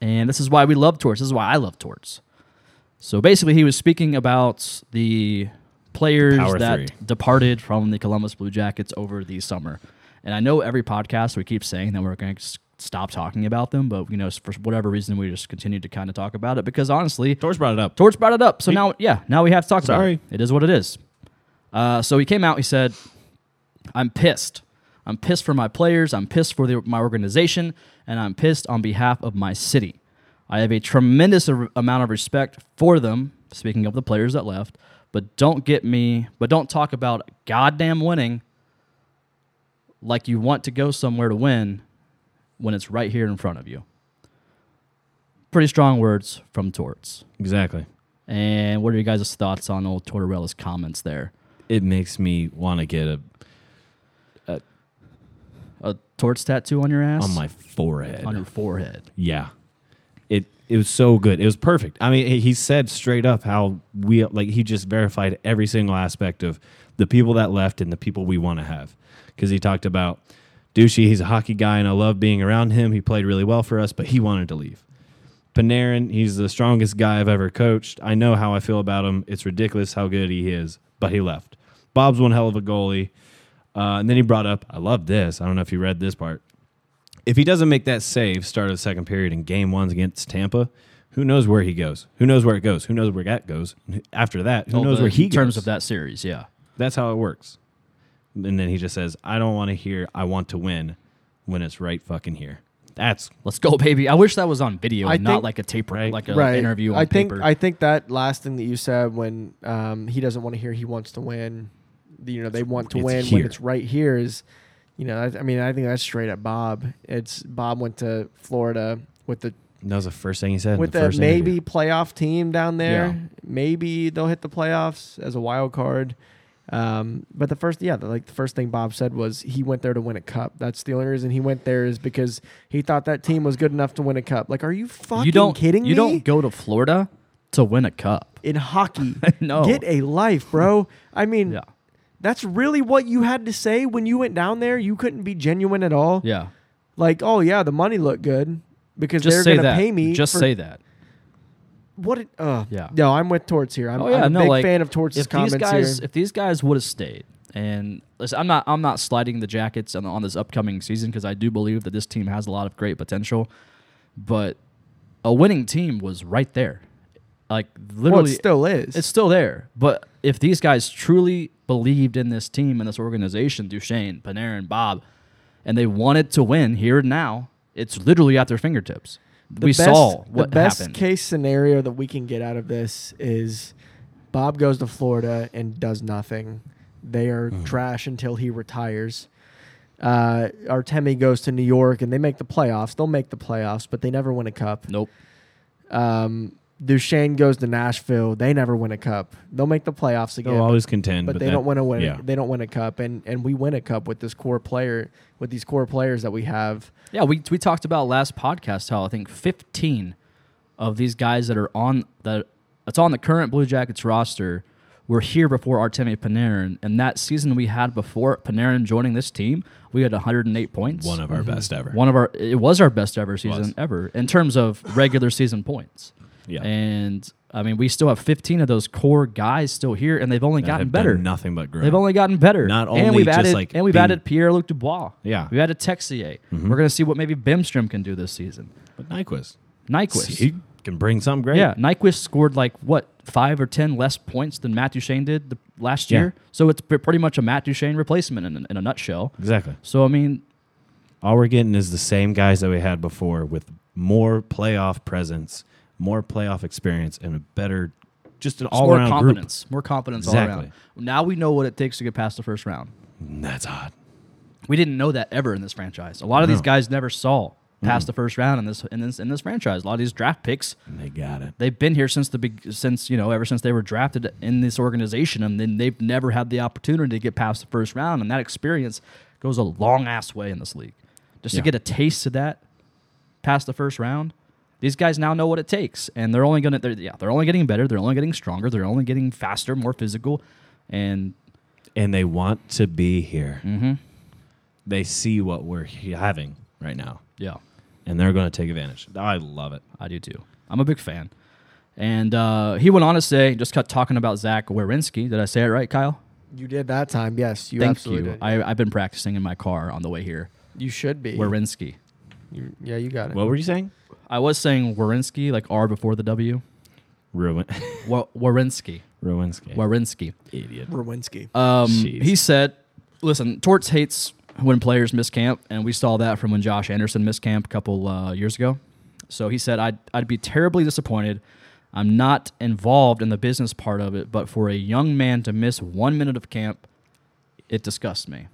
Speaker 1: And this is why we love Torts. This is why I love Torts. So basically, he was speaking about the players
Speaker 2: Power
Speaker 1: that
Speaker 2: three.
Speaker 1: departed from the Columbus Blue Jackets over the summer. And I know every podcast we keep saying that we're going to stop talking about them, but you know, for whatever reason, we just continue to kind of talk about it because honestly,
Speaker 2: Torch brought it up.
Speaker 1: Torch brought it up, so now yeah, now we have to talk
Speaker 2: Sorry.
Speaker 1: about it. It is what it is. Uh, so he came out. He said, "I'm pissed. I'm pissed for my players. I'm pissed for the, my organization, and I'm pissed on behalf of my city. I have a tremendous ar- amount of respect for them. Speaking of the players that left, but don't get me. But don't talk about goddamn winning like you want to go somewhere to win when it's right here in front of you." Pretty strong words from Torts.
Speaker 2: Exactly.
Speaker 1: And what are you guys' thoughts on old Tortorella's comments there?
Speaker 2: It makes me want to get a
Speaker 1: A torts tattoo on your ass?
Speaker 2: on my forehead.
Speaker 1: on your forehead.
Speaker 2: yeah. It it was so good. It was perfect. I mean, he- he said straight up how we like he just verified every single aspect of the people that left and the people we want to have. Because he talked about Douchey, he's a hockey guy, and I love being around him. He played really well for us, but he wanted to leave. Panarin, he's the strongest guy I've ever coached. I know how I feel about him. It's ridiculous how good he is, but he left. Bob's one hell of a goalie. Uh, and then he brought up, I love this. I don't know if you read this part. If he doesn't make that save, start of the second period in game one's against Tampa, who knows where he goes? Who knows where it goes? Who knows where that goes? After that, who
Speaker 1: All
Speaker 2: knows
Speaker 1: the-
Speaker 2: where he
Speaker 1: Oh, in terms
Speaker 2: goes?
Speaker 1: of that series? Yeah,
Speaker 2: That's how it works. And then he just says, I don't want to hear, I want to win when it's right fucking here. That's
Speaker 1: let's go, baby. I wish that was on video,
Speaker 3: I
Speaker 1: and not
Speaker 3: think-
Speaker 1: like a tape,
Speaker 2: Right.
Speaker 1: like an
Speaker 3: right.
Speaker 1: interview. On
Speaker 3: I think
Speaker 1: paper.
Speaker 3: I think that last thing that you said when um, he doesn't want to hear he wants to win, you know they want to
Speaker 2: It's
Speaker 3: win
Speaker 2: here.
Speaker 3: when it's right here is, you know I, I mean I think that's straight at Bob. It's Bob went to Florida with the
Speaker 2: that was the first thing he said. in
Speaker 3: with
Speaker 2: the
Speaker 3: the
Speaker 2: first
Speaker 3: maybe
Speaker 2: interview.
Speaker 3: playoff team down there.
Speaker 2: Yeah.
Speaker 3: Maybe they'll hit the playoffs as a wild card. Um, but the first, yeah, the, like the first thing Bob said was he went there to win a cup. That's the only reason he went there is because he thought that team was good enough to win a cup. Like, are you fucking
Speaker 1: you don't
Speaker 3: kidding
Speaker 1: you
Speaker 3: me?
Speaker 1: don't go to Florida to win a cup.
Speaker 3: in hockey.
Speaker 1: No.
Speaker 3: Get a life, bro. I mean,
Speaker 1: Yeah,
Speaker 3: that's really what you had to say when you went down there. You couldn't be genuine at all.
Speaker 1: yeah.
Speaker 3: Like, oh yeah, the money looked good because
Speaker 1: Just
Speaker 3: they're
Speaker 1: say
Speaker 3: going to
Speaker 1: that.
Speaker 3: pay me.
Speaker 1: Just
Speaker 3: for-
Speaker 1: say that.
Speaker 3: what? It, uh,
Speaker 1: Yeah. Oh,
Speaker 3: No, I'm with Torts here. I'm, I'm a big fan of Torts'
Speaker 1: if
Speaker 3: comments
Speaker 1: these guys,
Speaker 3: here.
Speaker 1: If these guys would have stayed, and listen, I'm not, I'm not sliding the Jackets on, on this upcoming season because I do believe that this team has a lot of great potential. But a winning team was right there, like literally.
Speaker 3: well, it still is.
Speaker 1: It's still there. But if these guys truly believed in this team and this organization, Duchesne, Panarin, Bob, and they wanted to win here and now, it's literally at their fingertips.
Speaker 3: The
Speaker 1: we
Speaker 3: best-
Speaker 1: saw what
Speaker 3: the best
Speaker 1: happened.
Speaker 3: case scenario that we can get out of this is Bob goes to Florida and does nothing. They are
Speaker 1: Hmm.
Speaker 3: trash until he retires. Uh, Artemi goes to New York and they make the playoffs. They'll make the playoffs, but they never win a cup.
Speaker 1: nope.
Speaker 3: Um, Duchesne goes to Nashville. They never win a cup. They'll make the playoffs again.
Speaker 2: They'll
Speaker 3: but
Speaker 2: always contend,
Speaker 3: but,
Speaker 2: but,
Speaker 3: they
Speaker 2: that-
Speaker 3: don't win a win.
Speaker 2: Yeah.
Speaker 3: They don't win a cup, and and we win a cup with this core player, with these core players that we have.
Speaker 1: Yeah, we we talked about last podcast how I think 15 of these guys that are on the that's on the current Blue Jackets roster were here before Artemi Panarin, and that season we had before Panarin joining this team, we had 108 points.
Speaker 2: one of our
Speaker 3: Mm-hmm.
Speaker 2: best ever.
Speaker 1: one of our it was our best ever season
Speaker 2: was.
Speaker 1: ever in terms of regular season points.
Speaker 2: Yeah.
Speaker 1: And I mean, we still have 15 of those core guys still here, and they've only
Speaker 2: that
Speaker 1: gotten
Speaker 2: have done
Speaker 1: better.
Speaker 2: Nothing but grow.
Speaker 1: They've only gotten better.
Speaker 2: Not
Speaker 1: and
Speaker 2: only
Speaker 1: we've
Speaker 2: just,
Speaker 1: added,
Speaker 2: like,
Speaker 1: and we've
Speaker 2: being-
Speaker 1: added Pierre Luc Dubois.
Speaker 2: Yeah. Mm-hmm.
Speaker 1: we've added Texier. We're gonna see what maybe Bimstrom can do this season.
Speaker 2: but Nyquist.
Speaker 1: Nyquist.
Speaker 2: He can bring something great.
Speaker 1: yeah, Nyquist scored like what five or ten less points than Matt Duchene did the, last
Speaker 2: Yeah.
Speaker 1: year. So it's pre- pretty much a Matt Duchene replacement in, a- in a nutshell.
Speaker 2: Exactly.
Speaker 1: So I mean,
Speaker 2: All we're getting is the same guys that we had before with more playoff presence, more playoff experience, and a better, just an
Speaker 1: it's
Speaker 2: all
Speaker 1: more
Speaker 2: around group.
Speaker 1: confidence, more confidence all
Speaker 2: Exactly.
Speaker 1: around. Now we know what it takes to get past the first round.
Speaker 2: And That's hot.
Speaker 1: We didn't know that ever in this franchise. A lot of these
Speaker 2: No.
Speaker 1: guys never saw past the first round in this in this in this franchise. A lot of these draft picks
Speaker 2: And they got it.
Speaker 1: they've been here since the big since you know ever since they were drafted in this organization and then they've never had the opportunity to get past the first round and that experience goes a long ass way in this league just to
Speaker 2: Yeah.
Speaker 1: get a taste of that past the first round these guys now know what it takes and they're only gonna they're, yeah they're only getting better they're only getting stronger they're only getting faster more physical and
Speaker 2: And they want to be here. Mm-hmm. They see what we're he- having right now,
Speaker 1: yeah
Speaker 2: and they're going to take advantage. I love it.
Speaker 1: I do too. I'm a big fan. And uh, he went on to say, just cut talking about Zach Wierenski. Did I say it right, Kyle?
Speaker 3: You did that time, yes. You
Speaker 1: Thank
Speaker 3: absolutely
Speaker 1: you.
Speaker 3: did.
Speaker 1: I, I've been practicing in my car on the way here.
Speaker 3: you should be.
Speaker 1: Wierenski.
Speaker 3: You- yeah, you got it.
Speaker 2: What were you saying?
Speaker 1: I was saying Wierenski, like R before the W.
Speaker 2: Ruin.
Speaker 1: Wa- Wierenski.
Speaker 2: Ruinski.
Speaker 1: Wierenski.
Speaker 2: Idiot.
Speaker 3: Rowinski.
Speaker 1: Um,
Speaker 2: Jeez.
Speaker 1: he said, listen, Torts hates when players miss camp, and we saw that from when Josh Anderson missed camp a couple uh, years ago. So he said, I'd, I'd be terribly disappointed. I'm not involved in the business part of it, but for a young man to miss one minute of camp, it disgusts me.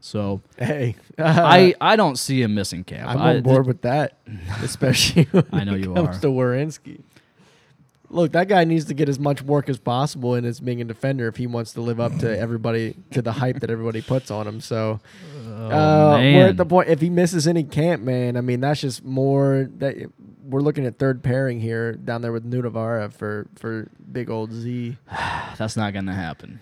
Speaker 1: So
Speaker 3: hey,
Speaker 1: I, I don't see him missing camp.
Speaker 3: Uh, I'm
Speaker 1: I-
Speaker 3: on board with that, especially when
Speaker 1: I know
Speaker 3: it
Speaker 1: you
Speaker 3: comes
Speaker 1: are.
Speaker 3: to Wierenski. Look, that guy needs to get as much work as possible and as being a defender if he wants to live up to everybody to the hype that everybody puts on him. So uh, we're
Speaker 1: Oh, man.
Speaker 3: at the point if he misses any camp, man. I mean, that's just more that we're looking at third pairing here down there with Nunavara for for big old Z.
Speaker 1: That's not going to happen.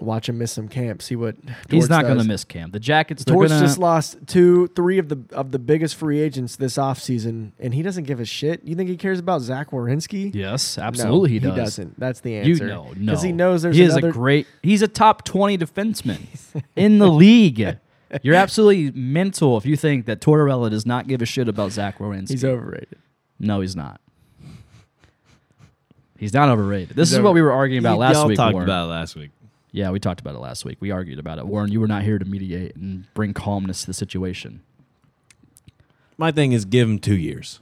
Speaker 3: Watch him miss some camp. See what
Speaker 1: He's
Speaker 3: Torch
Speaker 1: not going to
Speaker 3: does.
Speaker 1: miss Cam. The Jackets, they're
Speaker 3: Torch
Speaker 1: going to.
Speaker 3: just lost two, three of the of the biggest free agents this offseason, and he doesn't give a shit. You think he cares about Zach Warinsky?
Speaker 1: Yes, absolutely he, does.
Speaker 3: He doesn't. That's the
Speaker 1: You
Speaker 3: answer.
Speaker 1: know, no.
Speaker 3: he knows there's
Speaker 1: he is
Speaker 3: another.
Speaker 1: a great. He's a top twenty defenseman in the league. You're absolutely mental if you think that Tortorella does not give a shit about Zach Wierenski.
Speaker 3: he's overrated.
Speaker 1: no, he's not. He's not overrated. This is
Speaker 3: He's
Speaker 1: what
Speaker 3: over-
Speaker 1: we were arguing about last
Speaker 2: Y'all
Speaker 1: week.
Speaker 2: talked
Speaker 1: Warren.
Speaker 2: about it last week.
Speaker 1: Yeah, we talked about it last week. We argued about it. Warren, you were not here to mediate and bring calmness to the situation.
Speaker 2: My thing is give him two years.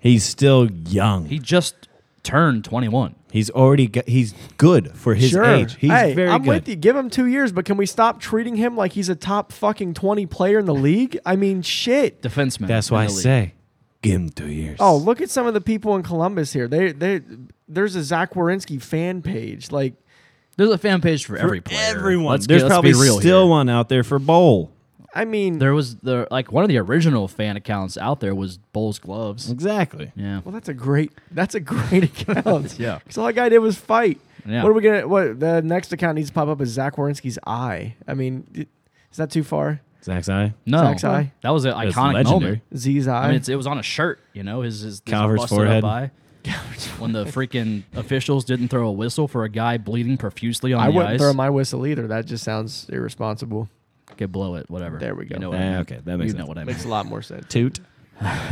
Speaker 2: He's still young.
Speaker 1: He just turned 21.
Speaker 2: he's already got, he's good for his
Speaker 3: sure.
Speaker 2: age. He's
Speaker 3: hey,
Speaker 2: very
Speaker 3: I'm
Speaker 2: good.
Speaker 3: with you. Give him two years, but can we stop treating him like he's a top fucking twenty player in the league? I mean, shit.
Speaker 1: Defenseman.
Speaker 2: That's
Speaker 1: in
Speaker 2: why I
Speaker 1: the league.
Speaker 2: say give him two years.
Speaker 3: Oh, look at some of the people in Columbus here. They they there's a Zach Warinsky fan page. Like
Speaker 1: There's a fan page for, every player.
Speaker 2: everyone.
Speaker 1: Let's,
Speaker 2: There's
Speaker 1: let's
Speaker 2: probably
Speaker 1: be real
Speaker 2: still
Speaker 1: here.
Speaker 2: one out there for Bowl.
Speaker 3: I mean,
Speaker 1: There was the like one of the original fan accounts out there was Bowles
Speaker 3: Mm.
Speaker 1: gloves.
Speaker 2: Exactly.
Speaker 1: Yeah.
Speaker 3: well, that's a great that's a great account.
Speaker 1: Yeah.
Speaker 3: Because all that guy did was fight.
Speaker 1: Yeah.
Speaker 3: What are we gonna? What the next account needs to pop up is Zach Warinsky's eye. I mean, d- is that too far?
Speaker 2: Zach's eye.
Speaker 1: No.
Speaker 3: Zach's eye?
Speaker 1: That was an
Speaker 2: That's
Speaker 1: iconic
Speaker 2: legendary.
Speaker 1: moment.
Speaker 3: Z's eye.
Speaker 1: I mean, it's, it was on a shirt, you know, his, his, his
Speaker 2: Calvert's
Speaker 1: busted
Speaker 2: forehead.
Speaker 1: Up eye. When the freaking officials didn't throw a whistle for a guy bleeding profusely on
Speaker 3: I
Speaker 1: the
Speaker 3: wouldn't
Speaker 1: ice.
Speaker 3: throw my whistle either. That just sounds irresponsible.
Speaker 1: Okay, blow it, whatever.
Speaker 3: There we go.
Speaker 1: You know
Speaker 2: Eh,
Speaker 1: what I mean.
Speaker 2: okay, that makes
Speaker 1: You know
Speaker 2: sense.
Speaker 1: what I mean.
Speaker 3: Makes a lot more sense.
Speaker 2: Toot.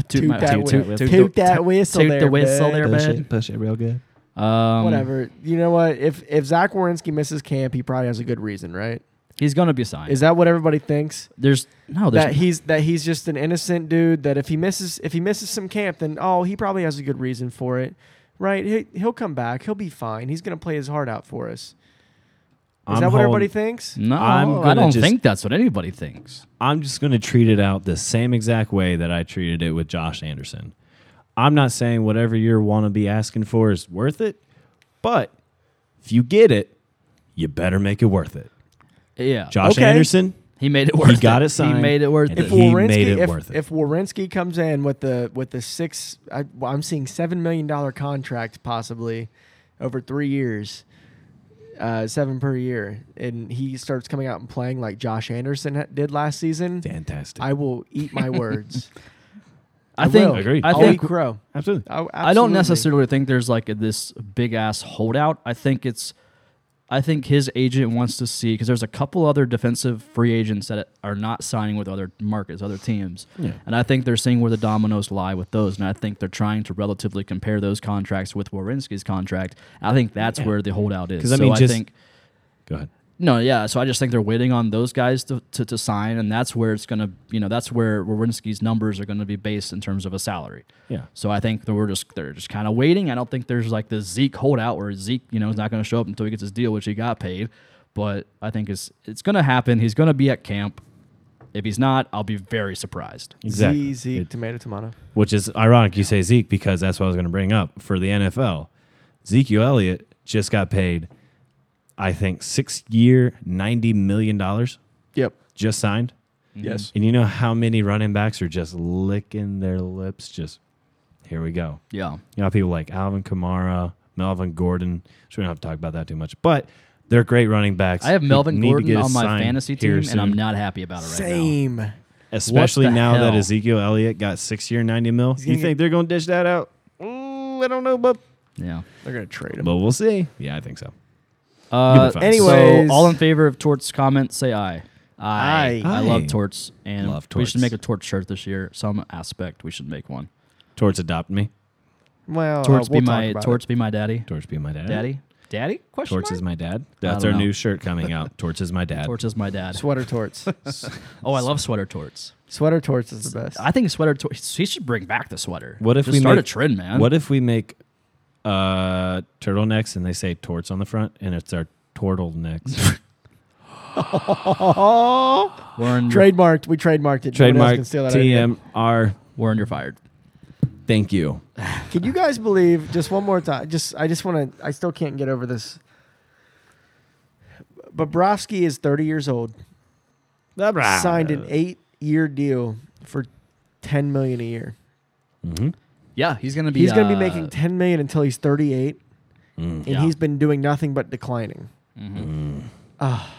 Speaker 1: Toot my-
Speaker 3: that
Speaker 1: toot-
Speaker 3: whistle.
Speaker 1: toot-
Speaker 3: Toot
Speaker 1: toot-
Speaker 3: that
Speaker 1: toot-
Speaker 3: whistle
Speaker 1: toot the
Speaker 3: there,
Speaker 1: whistle
Speaker 3: bud.
Speaker 1: there,
Speaker 2: Push
Speaker 1: bud.
Speaker 2: it, push it real good.
Speaker 1: Um,
Speaker 3: Whatever. You know what? If if Zach Warinsky misses camp, he probably has a good reason, right?
Speaker 1: He's gonna be signed.
Speaker 3: Is that what everybody thinks?
Speaker 1: there's
Speaker 2: Oh,
Speaker 1: no there's
Speaker 3: that he's that he's just an innocent dude. That if he misses if he misses some camp, then oh, he probably has a good reason for it, right? He, he'll come back. He'll be fine. He's gonna play his heart out for us. Is
Speaker 2: I'm
Speaker 3: that what everybody
Speaker 2: holding-
Speaker 3: thinks?
Speaker 1: no.
Speaker 2: I'm
Speaker 1: I
Speaker 2: gonna
Speaker 1: don't
Speaker 2: just-
Speaker 1: think that's what anybody thinks.
Speaker 2: I'm just going to treat it out the same exact way that I treated it with Josh Anderson. I'm not saying whatever you want to be asking for is worth it, but if you get it, you better make it worth it.
Speaker 1: Yeah,
Speaker 2: Josh
Speaker 3: Okay.
Speaker 2: Anderson,
Speaker 1: he made it worth.
Speaker 2: got it
Speaker 1: He
Speaker 2: signed,
Speaker 1: made it worth.
Speaker 2: and
Speaker 1: it.
Speaker 2: he made it
Speaker 3: if,
Speaker 2: worth it.
Speaker 3: if Warinsky comes in with the with the six, I, well, I'm seeing seven million dollar contract possibly over three years, uh, seven per year, and he starts coming out and playing like Josh Anderson ha- did last season.
Speaker 2: fantastic.
Speaker 3: I will eat my words.
Speaker 1: I think.
Speaker 3: will.
Speaker 2: Agree.
Speaker 1: I
Speaker 3: I'll
Speaker 1: think.
Speaker 3: eat crow.
Speaker 2: Oh, Absolutely.
Speaker 3: I,
Speaker 1: I don't
Speaker 3: Oh, absolutely.
Speaker 1: necessarily think there's like a, this big ass holdout. I think it's. I think his agent wants to see because there's a couple other defensive free agents that are not signing with other markets, other teams,
Speaker 2: Yeah.
Speaker 1: and I think they're seeing where the dominoes lie with those, and I think they're trying to relatively compare those contracts with Warinsky's contract. I think that's
Speaker 2: Yeah.
Speaker 1: where the holdout is.
Speaker 2: 'Cause I
Speaker 1: so
Speaker 2: mean, just-
Speaker 1: think
Speaker 2: Go ahead.
Speaker 1: No, yeah. So I just think they're waiting on those guys to, to, to sign, and that's where it's gonna, you know, that's where Wawrinski's numbers are gonna be based in terms of a salary.
Speaker 2: Yeah.
Speaker 1: So I think that we're just they're just kind of waiting. I don't think there's like the Zeke holdout where Zeke, you know, is not gonna show up until he gets his deal, which he got paid. But I think it's it's gonna happen. He's gonna be at camp. If he's not, I'll be very surprised.
Speaker 2: Exactly.
Speaker 3: Z, Zeke,
Speaker 2: It-
Speaker 3: tomato, tomato.
Speaker 2: which is ironic you say Zeke because that's what I was going to bring up for the NFL. Zeke Elliott just got paid, I think, six year, $90 million
Speaker 3: Yep.
Speaker 2: just signed.
Speaker 3: Yes.
Speaker 2: And you know how many running backs are just licking their lips? Just here we go.
Speaker 1: Yeah.
Speaker 2: You know, people like Alvin Kamara, Melvin Gordon. So we don't have to talk about that too much, but they're great running backs.
Speaker 1: I have
Speaker 2: who
Speaker 1: Melvin
Speaker 2: need to
Speaker 1: Gordon
Speaker 2: get
Speaker 1: on my
Speaker 2: signed
Speaker 1: fantasy
Speaker 2: here
Speaker 1: team, and I'm
Speaker 2: soon.
Speaker 1: not happy about it right now.
Speaker 3: Same.
Speaker 2: Especially
Speaker 1: What the
Speaker 2: now that
Speaker 1: hell?
Speaker 2: Ezekiel Elliott got six year, 90 mil.
Speaker 3: He's
Speaker 2: You
Speaker 3: gonna
Speaker 2: think
Speaker 3: get-
Speaker 2: they're going to dish that out? Mm, I don't know, but,
Speaker 1: Yeah.
Speaker 3: They're gonna trade him.
Speaker 2: but we'll see. Yeah, I think so.
Speaker 1: Uh,
Speaker 2: fine.
Speaker 1: anyway,
Speaker 3: Anyways.
Speaker 1: so all in favor of Torts' comments, say aye.
Speaker 3: Aye.
Speaker 1: I
Speaker 2: Aye.
Speaker 1: love Torts, and
Speaker 2: Love
Speaker 1: we should
Speaker 2: Torts.
Speaker 1: make a Torts shirt this year. Some aspect, we should make one.
Speaker 2: Torts adopt me.
Speaker 3: Well, uh,
Speaker 1: Torts
Speaker 3: we'll
Speaker 1: be
Speaker 3: talk
Speaker 1: my
Speaker 3: about
Speaker 1: Torts be my daddy.
Speaker 2: Torts be my dad.
Speaker 1: Daddy, daddy? Question
Speaker 2: Torts is my dad. That's
Speaker 1: don't
Speaker 2: our
Speaker 1: know.
Speaker 2: new shirt coming out. Torts is my dad.
Speaker 1: mark? Torts is my
Speaker 3: it.
Speaker 1: dad.
Speaker 3: sweater torts.
Speaker 1: Oh, I love sweater Torts.
Speaker 3: sweater torts is the best.
Speaker 1: I think sweater Torts. He should bring back the sweater.
Speaker 2: What if
Speaker 1: Just
Speaker 2: we
Speaker 1: start
Speaker 2: make-
Speaker 1: a trend, man?
Speaker 2: What if we make uh, turtlenecks and they say torts on the front and it's our turtlenecks?
Speaker 1: Warren,
Speaker 3: trademarked. We trademarked it. Nobody else
Speaker 2: Trademark
Speaker 3: can steal that idea.
Speaker 2: TMR.
Speaker 1: Warren, you're fired.
Speaker 2: Thank you.
Speaker 3: Can you guys believe? Just one more time. Just I just want to. I still can't get over this. Bobrovsky is 30 years old. Signed an eight-year deal for 10 million a year.
Speaker 2: Mm-hmm.
Speaker 1: Yeah, he's going to be.
Speaker 3: He's going to
Speaker 1: uh,
Speaker 3: be making 10 million until he's 38, and
Speaker 2: Mm-hmm.
Speaker 1: Yeah.
Speaker 3: he's been doing nothing but declining.
Speaker 1: Mhm.
Speaker 3: Ah,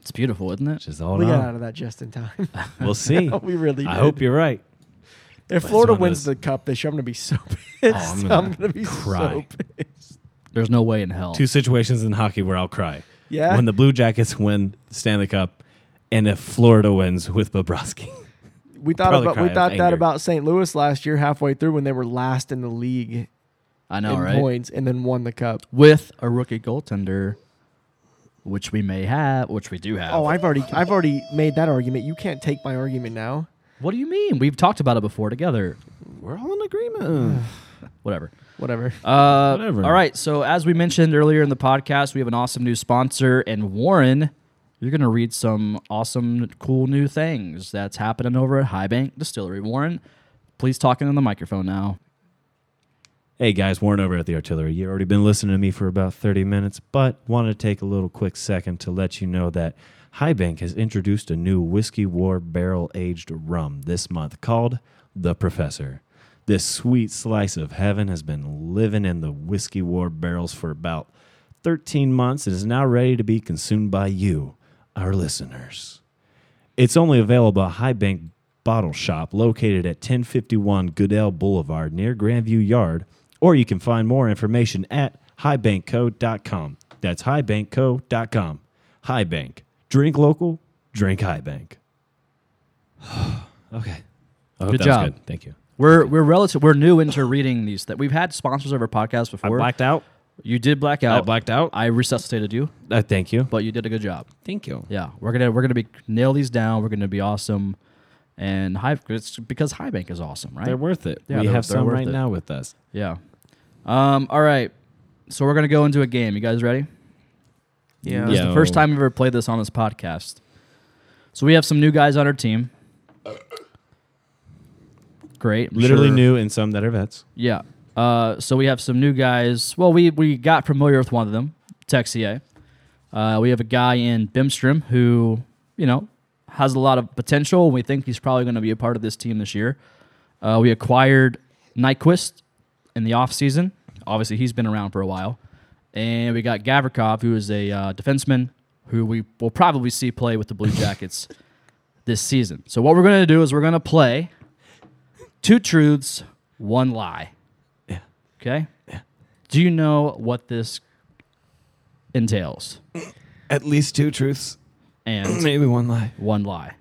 Speaker 1: It's beautiful, isn't it?
Speaker 2: Just hold
Speaker 3: we got out
Speaker 2: on.
Speaker 3: of that just in time.
Speaker 2: We'll see.
Speaker 3: we really.
Speaker 2: Oh, I
Speaker 3: did.
Speaker 2: hope you're right.
Speaker 3: If
Speaker 2: But it's
Speaker 3: Florida
Speaker 2: one of
Speaker 3: wins
Speaker 2: those- Oh,
Speaker 3: the cup this year, I'm going to be so pissed.
Speaker 2: I'm
Speaker 3: I'm
Speaker 2: gonna
Speaker 3: going to be
Speaker 2: cry.
Speaker 3: so pissed.
Speaker 1: There's no way in hell.
Speaker 2: Two situations in hockey where I'll cry.
Speaker 3: Yeah.
Speaker 2: When the Blue Jackets win Stanley Cup, and if Florida wins with Bobrovsky.
Speaker 3: We thought
Speaker 2: probably
Speaker 3: about we
Speaker 2: cry of
Speaker 3: thought that
Speaker 2: anger.
Speaker 3: about St. Louis last year, halfway through when they were last in the league
Speaker 1: I know,
Speaker 3: in
Speaker 1: right?
Speaker 3: points, and then won the cup.
Speaker 1: With a rookie goaltender, which we may have, which we do have.
Speaker 3: Oh, I've already I've already made that argument. You can't take my argument now.
Speaker 1: what do you mean? We've talked about it before together.
Speaker 2: We're all in agreement.
Speaker 1: Whatever.
Speaker 3: Whatever.
Speaker 1: Uh,
Speaker 2: Whatever.
Speaker 1: All right. So as we mentioned earlier in the podcast, we have an awesome new sponsor, and Warren, you're gonna read some awesome, cool new things that's happening over at High Bank Distillery. Warren, please talk into the microphone now.
Speaker 2: Hey guys, Warren over at the Artillery. You've already been listening to me for about 30 minutes, but wanted to take a little quick second to let you know that High Bank has introduced a new Whiskey War barrel aged rum this month called The Professor. This sweet slice of heaven has been living in the Whiskey War barrels for about 13 months and is now ready to be consumed by you, our listeners. It's only available at High Bank Bottle Shop located at 1051 Goodell Boulevard near Grandview Yard, or you can find more information at highbankco.com. That's highbankco.com. High Bank. Drink local, drink High Bank. okay. I hope
Speaker 1: Good
Speaker 2: that was
Speaker 1: job.
Speaker 2: good. Thank you.
Speaker 1: We're we're relative. We're new into reading these. That we've had sponsors of our podcast before.
Speaker 2: out.
Speaker 1: you did black out.
Speaker 2: I blacked out.
Speaker 1: I resuscitated you,
Speaker 2: Uh, thank you.
Speaker 1: but you did a good job.
Speaker 2: Thank you.
Speaker 1: Yeah, we're gonna we're gonna be nail these down. We're gonna be awesome, and high it's because High Bank is awesome, right?
Speaker 2: They're worth it.
Speaker 1: Yeah,
Speaker 2: we
Speaker 1: they're-
Speaker 2: have
Speaker 1: they're
Speaker 2: some
Speaker 1: worth
Speaker 2: right
Speaker 1: it.
Speaker 2: now with us.
Speaker 1: yeah. Um. All right. So we're gonna go into a game. You guys ready?
Speaker 3: Yeah.
Speaker 1: This is the
Speaker 2: Yeah.
Speaker 1: first time I've ever played this on this podcast. So we have some new guys on our team. Great. I'm
Speaker 2: Literally
Speaker 1: sure-
Speaker 2: new and some that are vets.
Speaker 1: Yeah. Uh, so we have some new guys. Well, we we got familiar with one of them, Texier. Uh, we have a guy in Bimstrom who, you know, has a lot of potential. We think he's probably going to be a part of this team this year. Uh, we acquired Nyquist in the offseason. Obviously, he's been around for a while. And we got Gavrikov, who is a uh, defenseman who we will probably see play with the Blue Jackets this season. So, what we're going to do is we're going to play two truths, one lie.
Speaker 2: Yeah.
Speaker 1: Okay? Do you know what this entails?
Speaker 2: At least two truths,
Speaker 1: And
Speaker 2: maybe one lie.
Speaker 1: one lie.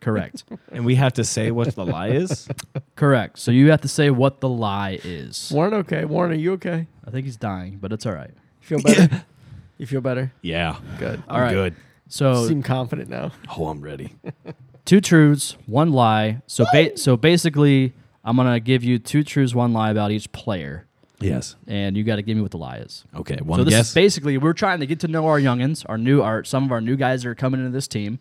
Speaker 1: Correct.
Speaker 2: And we have to say what the lie is.
Speaker 1: Correct. So you have to say what the lie is.
Speaker 3: Warren, okay. Warren, are you okay?
Speaker 1: I think he's dying, but it's all right.
Speaker 3: You feel better? you feel better?
Speaker 2: Yeah.
Speaker 3: Good.
Speaker 1: All right.
Speaker 2: Good.
Speaker 1: So
Speaker 3: Seem confident now.
Speaker 2: Oh, I'm ready.
Speaker 1: two truths, one lie. So ba- so basically, I'm gonna give you two truths, one lie about each player,
Speaker 2: yes.
Speaker 1: and you got to give me what the lie is.
Speaker 2: Okay. One
Speaker 1: so this
Speaker 2: guess.
Speaker 1: is basically we're trying to get to know our youngins, our new, our some of our new guys that are coming into this team,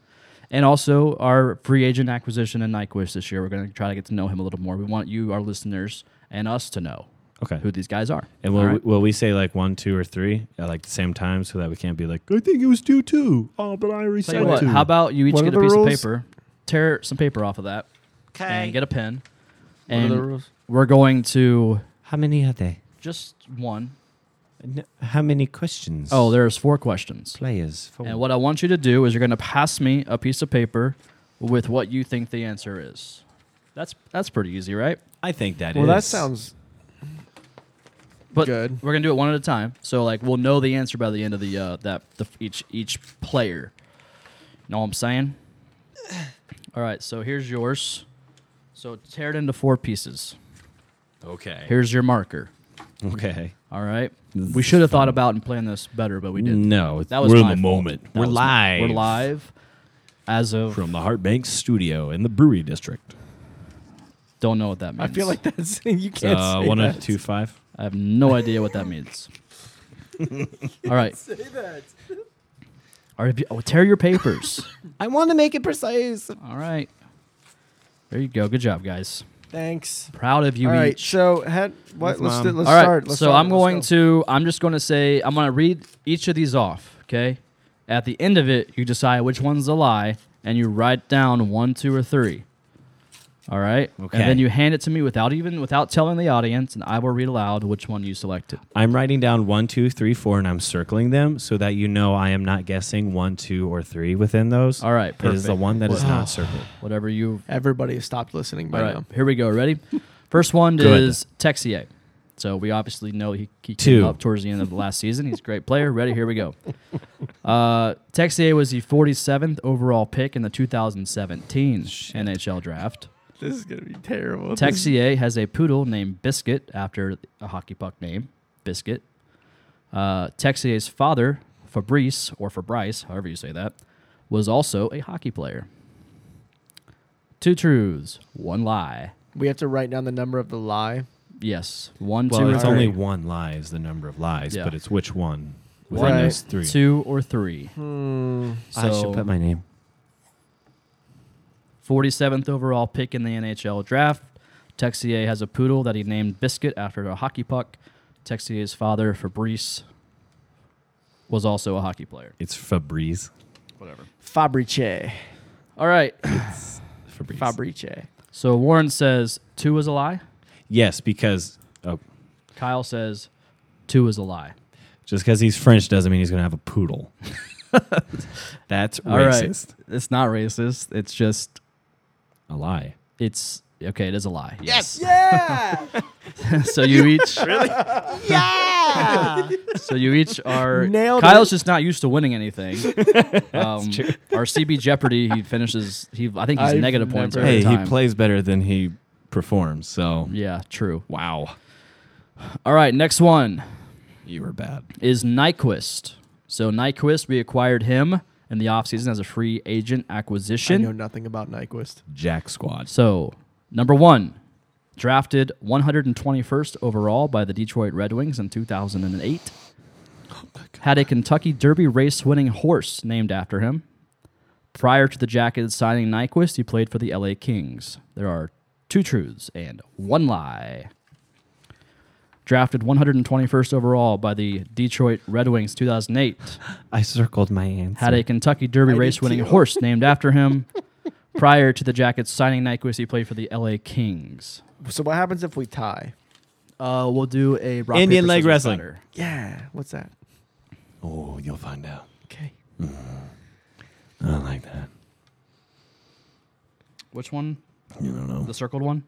Speaker 1: and also our free agent acquisition in Nyquist this year. We're gonna try to get to know him a little more. We want you, our listeners, and us to know
Speaker 2: okay.
Speaker 1: who these guys are.
Speaker 2: and will,
Speaker 1: All right?
Speaker 2: we, will we say like one, two, or three at like the same time so that we can't be like, I think it was two, two. Oh, but I already
Speaker 1: Tell you
Speaker 2: said
Speaker 1: what,
Speaker 2: two.
Speaker 1: how about you each
Speaker 3: What are
Speaker 1: get a
Speaker 3: the
Speaker 1: piece of
Speaker 3: rules?
Speaker 1: paper, tear some paper off of that, and get a pen,
Speaker 3: What are the
Speaker 1: and
Speaker 3: rules?
Speaker 1: we're going to
Speaker 2: How many are there?
Speaker 1: just one.
Speaker 2: How many questions?
Speaker 1: Oh, there's four questions.
Speaker 2: players. Four.
Speaker 1: And what I want you to do is you're going to pass me a piece of paper with what you think the answer is. That's that's pretty easy, right?
Speaker 2: I think that is.
Speaker 3: Well, that sounds
Speaker 1: But
Speaker 3: Good.
Speaker 1: we're going to do it one at a time. So like we'll know the answer by the end of the uh, that the each each player. Know what I'm saying? All right, so here's yours. So tear it into four pieces.
Speaker 2: Okay.
Speaker 1: Here's your marker.
Speaker 2: Okay.
Speaker 1: All right. We should have thought about and planned this better, but we didn't.
Speaker 2: No,
Speaker 1: That was
Speaker 2: Mm. we're in
Speaker 1: my
Speaker 2: the
Speaker 1: fault.
Speaker 2: moment.
Speaker 1: That
Speaker 2: we're
Speaker 1: was my-
Speaker 2: live.
Speaker 1: We're live as of
Speaker 2: from the Heart Bank Studio in the Brewery District.
Speaker 1: don't know what that means.
Speaker 3: I feel like that's you can't
Speaker 2: Uh,
Speaker 3: say
Speaker 2: one
Speaker 3: that.
Speaker 2: of two five.
Speaker 1: I have no idea what that means. All right.
Speaker 3: Say that.
Speaker 1: All right. Oh, tear your papers.
Speaker 2: I want to make it precise.
Speaker 1: All right. There you go. Good job, guys.
Speaker 3: Thanks.
Speaker 1: Proud of you
Speaker 3: All right.
Speaker 1: each.
Speaker 3: So, head, what,
Speaker 2: Thanks,
Speaker 3: let's
Speaker 2: Mom.
Speaker 3: do, let's
Speaker 1: All right.
Speaker 3: start. Let's
Speaker 1: so
Speaker 3: start.
Speaker 1: I'm
Speaker 3: Let's
Speaker 1: going
Speaker 3: go.
Speaker 1: to. I'm just going to say. I'm going to read each of these off. Okay. At the end of it, you decide which one's the lie, and you write down one, two, or three. All right.
Speaker 2: Okay.
Speaker 1: And then you hand it to me without even without telling the audience, and I will read aloud which one you selected.
Speaker 2: I'm writing down one, two, three, four, and I'm circling them so that you know I am not guessing one, two, or three within those.
Speaker 1: All right.
Speaker 2: It
Speaker 1: Perfect.
Speaker 2: is the one that is not circled.
Speaker 1: Whatever you.
Speaker 3: Everybody has stopped listening
Speaker 1: All
Speaker 3: by
Speaker 1: right.
Speaker 3: now.
Speaker 1: um, Here we go. Ready? First one
Speaker 2: Good.
Speaker 1: is Texier. So we obviously know he, he came
Speaker 2: Two.
Speaker 1: up towards the end of the last season. He's a great player. Ready? Here we go. Uh, Texier was the 47th overall pick in the 2017 NHL draft.
Speaker 3: This is gonna be terrible.
Speaker 1: Texier has a poodle named Biscuit after a hockey puck name, Biscuit. Uh, Texier's father, Fabrice, or Fabrice, however you say that, was also a hockey player. Two truths, one lie.
Speaker 3: We have to write down the number of the lie.
Speaker 1: Yes, one,
Speaker 2: Well,
Speaker 1: two, or
Speaker 2: it's
Speaker 1: three.
Speaker 2: only one lie is the number of lies,
Speaker 1: Yeah.
Speaker 2: but it's which one within
Speaker 1: One,
Speaker 2: those three.
Speaker 1: two, or three.
Speaker 3: Hmm.
Speaker 2: I should
Speaker 1: So-
Speaker 2: put my name.
Speaker 1: 47th overall pick in the NHL draft. Texier has a poodle that he named Biscuit after a hockey puck. Texier's father, Fabrice, was also a hockey player.
Speaker 2: It's Fabrice.
Speaker 1: Whatever.
Speaker 3: Fabrice.
Speaker 1: All right.
Speaker 2: It's Fabrice.
Speaker 3: Fabrice.
Speaker 1: So Warren says two is a lie.
Speaker 2: Yes, because oh,
Speaker 1: Kyle says two is a lie.
Speaker 2: just because he's French doesn't mean he's going to have a poodle. That's
Speaker 1: All right.
Speaker 2: racist.
Speaker 1: It's not racist. It's just
Speaker 2: A lie.
Speaker 1: it's okay. It is a lie. Yes.
Speaker 3: Yeah.
Speaker 1: so you each.
Speaker 3: yeah.
Speaker 1: So you each are.
Speaker 3: Nailed
Speaker 1: Kyle's
Speaker 3: it.
Speaker 1: just not used to winning anything. um, Our CB Jeopardy. He finishes. He I think he's
Speaker 3: I've
Speaker 1: negative points
Speaker 3: never-
Speaker 1: every
Speaker 2: Hey,
Speaker 1: time.
Speaker 2: he plays better than he performs. So
Speaker 1: Yeah. True.
Speaker 2: wow,
Speaker 1: All right. Next one
Speaker 2: you were bad.
Speaker 1: is Nyquist. So Nyquist, we acquired him in the offseason as a free agent
Speaker 3: I
Speaker 1: acquisition.
Speaker 3: know nothing about Nyquist.
Speaker 2: Jack squad.
Speaker 1: So, number one, drafted 121st overall by the Detroit Red Wings in 2008. Had a Kentucky Derby race winning horse named after him. Prior to the Jackets signing Nyquist, he played for the LA Kings. There are two truths and one lie. Drafted 121st overall by the Detroit Red Wings 2008
Speaker 2: I circled my answer.
Speaker 1: had a Kentucky Derby
Speaker 3: I did
Speaker 1: race winning
Speaker 3: too.
Speaker 1: horse named after him. Prior to the Jackets signing Nyquist, he played for the LA Kings.
Speaker 3: So what happens if we tie?
Speaker 1: Uh, we'll do a rock,
Speaker 2: Indian leg wrestling.
Speaker 1: batter.
Speaker 3: Yeah. What's that?
Speaker 2: oh, you'll find out.
Speaker 3: Okay.
Speaker 2: I don't like that.
Speaker 1: Which one?
Speaker 2: You don't know.
Speaker 1: The circled one?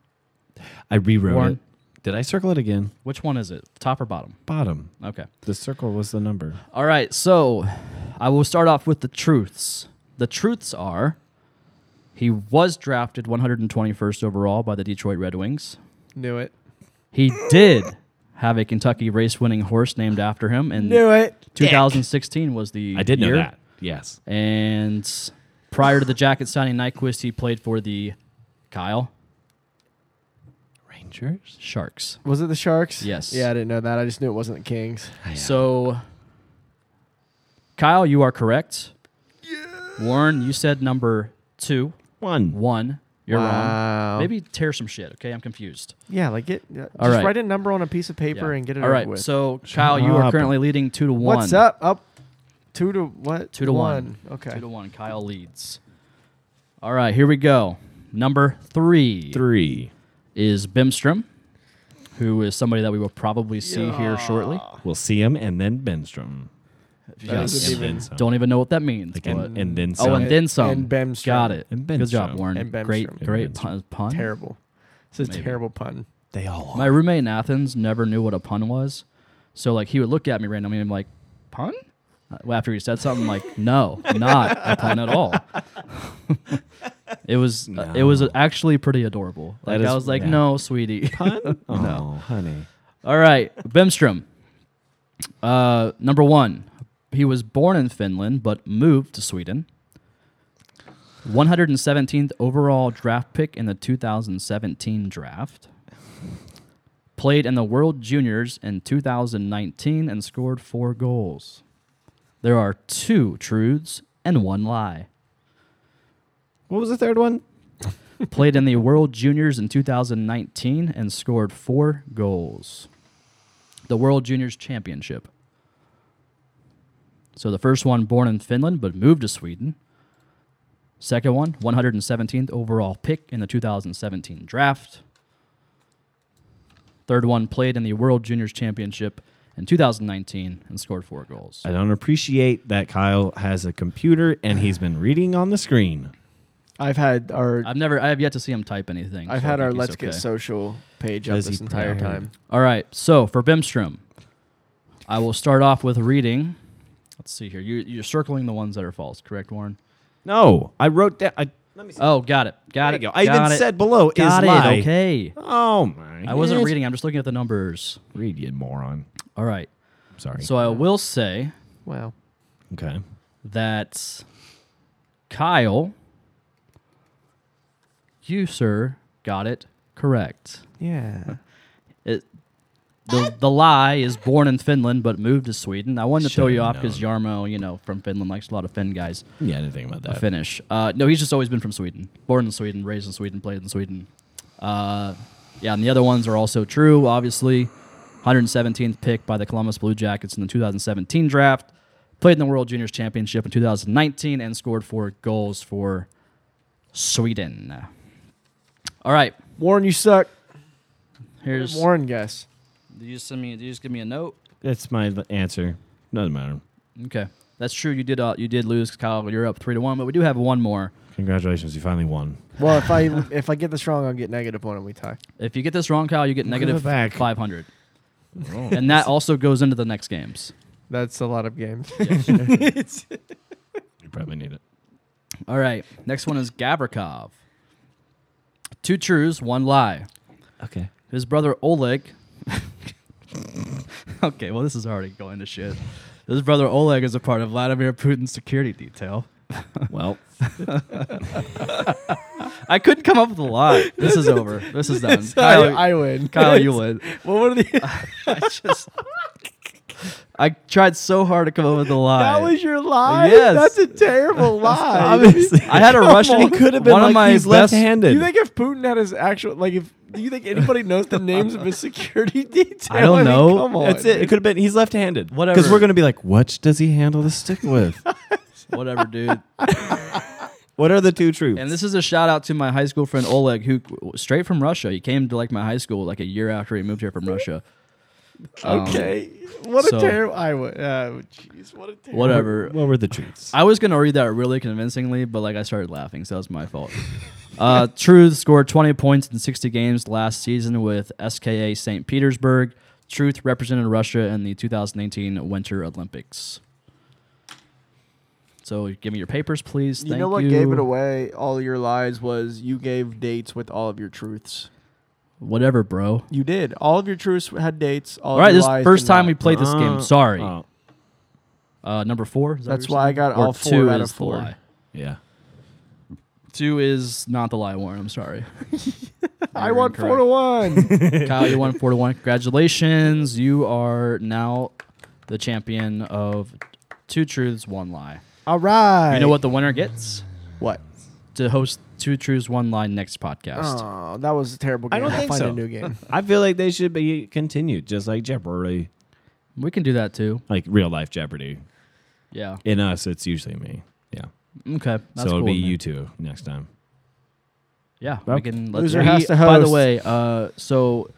Speaker 2: I rewrote
Speaker 1: Warren?
Speaker 2: it. Did I circle it again?
Speaker 1: Which one is it? Top or bottom?
Speaker 2: Bottom.
Speaker 1: Okay.
Speaker 2: The circle was the number.
Speaker 1: All right. So I will start off with the truths. The truths are he was drafted 121st overall by the Detroit Red Wings.
Speaker 3: Knew it.
Speaker 1: He did have a Kentucky race winning horse named after him. And
Speaker 3: Knew it.
Speaker 1: 2016 was the
Speaker 2: I did know
Speaker 1: year.
Speaker 2: that. Yes.
Speaker 1: And prior to the Jackets signing Nyquist, he played for the Kyle
Speaker 2: Rangers.
Speaker 1: Sharks.
Speaker 3: Was it the Sharks?
Speaker 1: Yes.
Speaker 3: Yeah, I didn't know that. I just knew it wasn't the Kings.
Speaker 1: So, Kyle, you are correct. Warren, you said number two,
Speaker 2: one.
Speaker 1: one. You're
Speaker 3: Wow.
Speaker 1: wrong. Maybe tear some shit. Okay, I'm confused.
Speaker 3: Yeah, like get yeah,
Speaker 1: All
Speaker 3: just
Speaker 1: right.
Speaker 3: write a number on a piece of paper
Speaker 1: Yeah.
Speaker 3: and get it
Speaker 1: All
Speaker 3: over
Speaker 1: right.
Speaker 3: with.
Speaker 1: So, Kyle, you are
Speaker 2: up.
Speaker 1: currently leading two to one.
Speaker 3: What's up? Up two to what?
Speaker 1: Two to one.
Speaker 3: Okay.
Speaker 1: Two to one. Kyle leads. All right, here we go. Number three.
Speaker 2: Three.
Speaker 1: is Bimstrom, who is somebody that we will probably see here shortly.
Speaker 2: We'll see him and then Benstrom.
Speaker 1: Yes.
Speaker 3: doesn't
Speaker 2: And then
Speaker 3: even-
Speaker 2: some.
Speaker 1: Don't even know what that means.
Speaker 2: Like,
Speaker 1: but-
Speaker 2: and, and then some.
Speaker 1: oh, and then some.
Speaker 3: And Bemstrom.
Speaker 1: Got it.
Speaker 2: And
Speaker 1: Good job,
Speaker 2: Bemstrom.
Speaker 1: Warren.
Speaker 3: And Bemstrom.
Speaker 1: Great,
Speaker 3: And
Speaker 1: great
Speaker 2: Bemstrom.
Speaker 1: pun. pun.
Speaker 3: Terrible. This is a
Speaker 1: Maybe.
Speaker 3: terrible pun.
Speaker 2: They all
Speaker 1: My roommate in Athens never knew what a pun was, so like he would look at me randomly and be like, "Pun?" Uh, well, After he said something I'm like, "No, not a pun at all." it was uh, it was
Speaker 2: No.
Speaker 1: actually pretty adorable.
Speaker 2: That
Speaker 1: Like I
Speaker 2: is-
Speaker 1: was like,
Speaker 2: yeah.
Speaker 1: "No, sweetie."
Speaker 2: Oh, honey.
Speaker 1: All right, Bemstrom. Uh, number one, he was born in Finland but moved to Sweden. 117th overall draft pick in the 2017 draft. Played in the World Juniors in 2019 and scored four goals. There are two truths and one lie.
Speaker 2: What was the third one?
Speaker 1: Played in the World Juniors in 2019 and scored four goals. The World Juniors Championship. So the first one born in Finland but moved to Sweden. Second one, 117th overall pick in the 2017 draft. Third one, played in the World Juniors Championship in 2019 and scored four goals.
Speaker 2: I don't appreciate that Kyle has a computer and he's been reading on the screen.
Speaker 3: I've had our
Speaker 1: I've never, I have yet to see him type anything.
Speaker 3: I've
Speaker 1: so I
Speaker 3: had
Speaker 1: think
Speaker 3: our
Speaker 1: he's
Speaker 3: Let's Get
Speaker 1: okay.
Speaker 3: Social page up
Speaker 2: Does he
Speaker 3: this entire
Speaker 2: proud?
Speaker 3: time.
Speaker 1: All right. So for Bimstrom, I will start off with reading. Let's see here. You, you're circling the ones that are false, correct, Warren?
Speaker 2: No, I wrote down. I, let me see.
Speaker 1: Oh, got it. Got
Speaker 2: There
Speaker 1: it.
Speaker 2: you go. I
Speaker 1: got
Speaker 2: even
Speaker 1: it,
Speaker 2: said below
Speaker 1: got
Speaker 2: is
Speaker 1: it.
Speaker 2: lie.
Speaker 1: Okay.
Speaker 2: Oh my!
Speaker 1: I wasn't
Speaker 2: God.
Speaker 1: reading. I'm just looking at the numbers.
Speaker 2: Read you moron.
Speaker 1: All right.
Speaker 2: Sorry.
Speaker 1: So I will say
Speaker 3: Wow.
Speaker 2: okay.
Speaker 1: that Kyle, you sir, got it correct.
Speaker 3: Yeah.
Speaker 1: It, the the lie is born in Finland but moved to Sweden. I wanted to throw
Speaker 2: Should've
Speaker 1: you off because Yarmo, you know, from Finland likes a lot of Finn guys.
Speaker 2: Yeah, I didn't think about
Speaker 1: A
Speaker 2: that.
Speaker 1: Finnish. Uh, no, he's just always been from Sweden. Born in Sweden, raised in Sweden, played in Sweden. Uh, yeah, and the other ones are also true, obviously. 117th pick by the Columbus Blue Jackets in the 2017 draft. Played in the World Juniors Championship in 2019 and scored four goals for Sweden. All right,
Speaker 3: Warren, you suck.
Speaker 1: here's.
Speaker 3: Warren guess.
Speaker 1: Do you send me? Do you just give me a note?
Speaker 2: That's my l- answer. Doesn't matter.
Speaker 1: Okay, that's true. You did. Uh, you did lose, Kyle. You're up three to one, but we do have one more.
Speaker 2: Congratulations, you finally won.
Speaker 3: Well, if I if I get this wrong, I'll get negative one and we tie.
Speaker 1: If you get this wrong, Kyle, you get
Speaker 2: Look at
Speaker 1: negative
Speaker 2: the back.
Speaker 1: 500. and that also goes into the next games.
Speaker 3: That's a lot of games.
Speaker 2: You probably need it.
Speaker 1: All right. Next one is Gavrikov. Two truths, one lie.
Speaker 2: Okay.
Speaker 1: His brother Oleg. okay, well, this is already going to shit. His brother Oleg is a part of Vladimir Putin's security detail.
Speaker 2: Well,
Speaker 1: I couldn't come up with a lie. This is over. This is done.
Speaker 3: I,
Speaker 1: Kyle,
Speaker 3: I win.
Speaker 1: Kyle you win.
Speaker 3: What were the?
Speaker 1: I just. I tried so hard to come up with a lie.
Speaker 3: That was your lie.
Speaker 1: Yes.
Speaker 3: That's a terrible lie.
Speaker 2: obviously,
Speaker 1: I had a Russian.
Speaker 2: He could have been
Speaker 1: one
Speaker 2: like
Speaker 1: of my
Speaker 2: he's
Speaker 1: best
Speaker 2: left-handed.
Speaker 3: You think if Putin had his actual like if do you think anybody knows the names of his security detail?
Speaker 1: I don't
Speaker 3: mean,
Speaker 1: know.
Speaker 3: come on.
Speaker 2: That's it. It could have been he's left-handed.
Speaker 1: Whatever.
Speaker 2: Because we're gonna be like, what does he handle the stick with?
Speaker 1: Whatever, dude.
Speaker 2: what are the two truths?
Speaker 1: And this is a shout out to my high school friend Oleg, who straight from Russia. He came to like my high school like a year after he moved here from Russia. Um,
Speaker 3: Okay. What a
Speaker 1: so-
Speaker 3: terrible I would oh jeez, what a terrible
Speaker 1: whatever.
Speaker 2: What were the truths?
Speaker 1: I was gonna read that really convincingly, but like I started laughing, so that's my fault. Uh, Truth scored 20 points in 60 games last season with SKA St. Petersburg. Truth represented Russia in the 2018 Winter Olympics. So give me your papers, please.
Speaker 3: You
Speaker 1: Thank
Speaker 3: know what gave it away all your lies was you gave dates with all of your truths.
Speaker 1: Whatever, bro.
Speaker 3: You did. All of your truths had dates. All,
Speaker 1: All right,
Speaker 3: of
Speaker 1: this is
Speaker 3: your
Speaker 1: the
Speaker 3: lies
Speaker 1: first
Speaker 3: did
Speaker 1: time
Speaker 3: not.
Speaker 1: we played this game.
Speaker 2: Uh,
Speaker 1: Sorry.
Speaker 2: oh,
Speaker 1: Uh, number four. Is that
Speaker 3: That's
Speaker 1: what you're
Speaker 3: why I got
Speaker 1: saying?
Speaker 3: all
Speaker 1: Or
Speaker 3: four
Speaker 1: two
Speaker 3: out
Speaker 1: is
Speaker 3: of
Speaker 1: the
Speaker 3: four.
Speaker 1: lie.
Speaker 2: yeah.
Speaker 1: Two is not the lie, Warren. I'm sorry.
Speaker 3: I
Speaker 1: You're
Speaker 3: won four to
Speaker 1: incorrect.
Speaker 3: one.
Speaker 1: Kyle, you won four to one. Congratulations. You are now the champion of two truths, one lie.
Speaker 3: all right.
Speaker 1: You know what the winner gets?
Speaker 3: What?
Speaker 1: To host two truths, one lie next podcast.
Speaker 3: Oh, that was a terrible game.
Speaker 2: I don't
Speaker 3: I'll
Speaker 2: think
Speaker 3: find
Speaker 2: so.
Speaker 3: a new game.
Speaker 2: I feel like they should be continued, just like Jeopardy,
Speaker 1: We can do that too.
Speaker 2: like real life Jeopardy.
Speaker 1: Yeah.
Speaker 2: In us, it's usually me. Yeah.
Speaker 1: Okay. That's
Speaker 2: so it'll
Speaker 1: cool
Speaker 2: be
Speaker 1: with me.
Speaker 2: you two next time.
Speaker 1: Yeah,
Speaker 2: Well,
Speaker 1: we can. Let's
Speaker 3: loser
Speaker 1: we-
Speaker 3: has to
Speaker 1: By the
Speaker 3: host.
Speaker 1: way, uh, so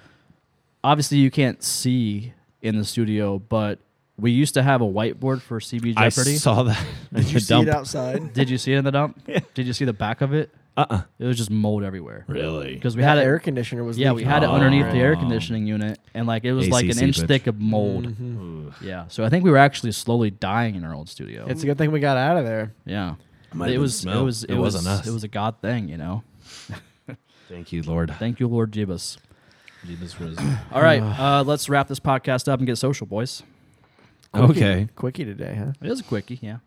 Speaker 1: obviously you can't see in the studio, but we used to have a whiteboard for CB Jeopardy.
Speaker 2: I saw that. Did
Speaker 3: You see it outside.
Speaker 1: Did you see it in the dump? Did you see the back of it?
Speaker 2: Uh uh
Speaker 1: It was just mold everywhere
Speaker 2: Really?
Speaker 1: because we
Speaker 3: We had
Speaker 1: had it.
Speaker 3: air conditioner was
Speaker 1: yeah, we had it
Speaker 2: Oh.
Speaker 1: underneath the air conditioning unit, and like it was like an
Speaker 2: ACC
Speaker 1: inch
Speaker 2: bitch.
Speaker 1: thick of mold.
Speaker 2: Mm.
Speaker 3: Mm-hmm.
Speaker 1: Yeah, so I think we were actually slowly dying in our old studio.
Speaker 3: It's a good thing we got out of there.
Speaker 1: yeah,
Speaker 2: Might have
Speaker 1: it
Speaker 2: been
Speaker 1: was, it
Speaker 2: smell.
Speaker 1: was it
Speaker 2: It
Speaker 1: was
Speaker 2: wasn't us.
Speaker 1: it was a god thing, you know.
Speaker 2: Thank you, Lord.
Speaker 1: Thank you, Lord Jeebus. All right, uh, let's wrap this podcast up and get social, boys.
Speaker 2: okay.
Speaker 3: Quickie today, huh?
Speaker 1: It is a quickie, yeah.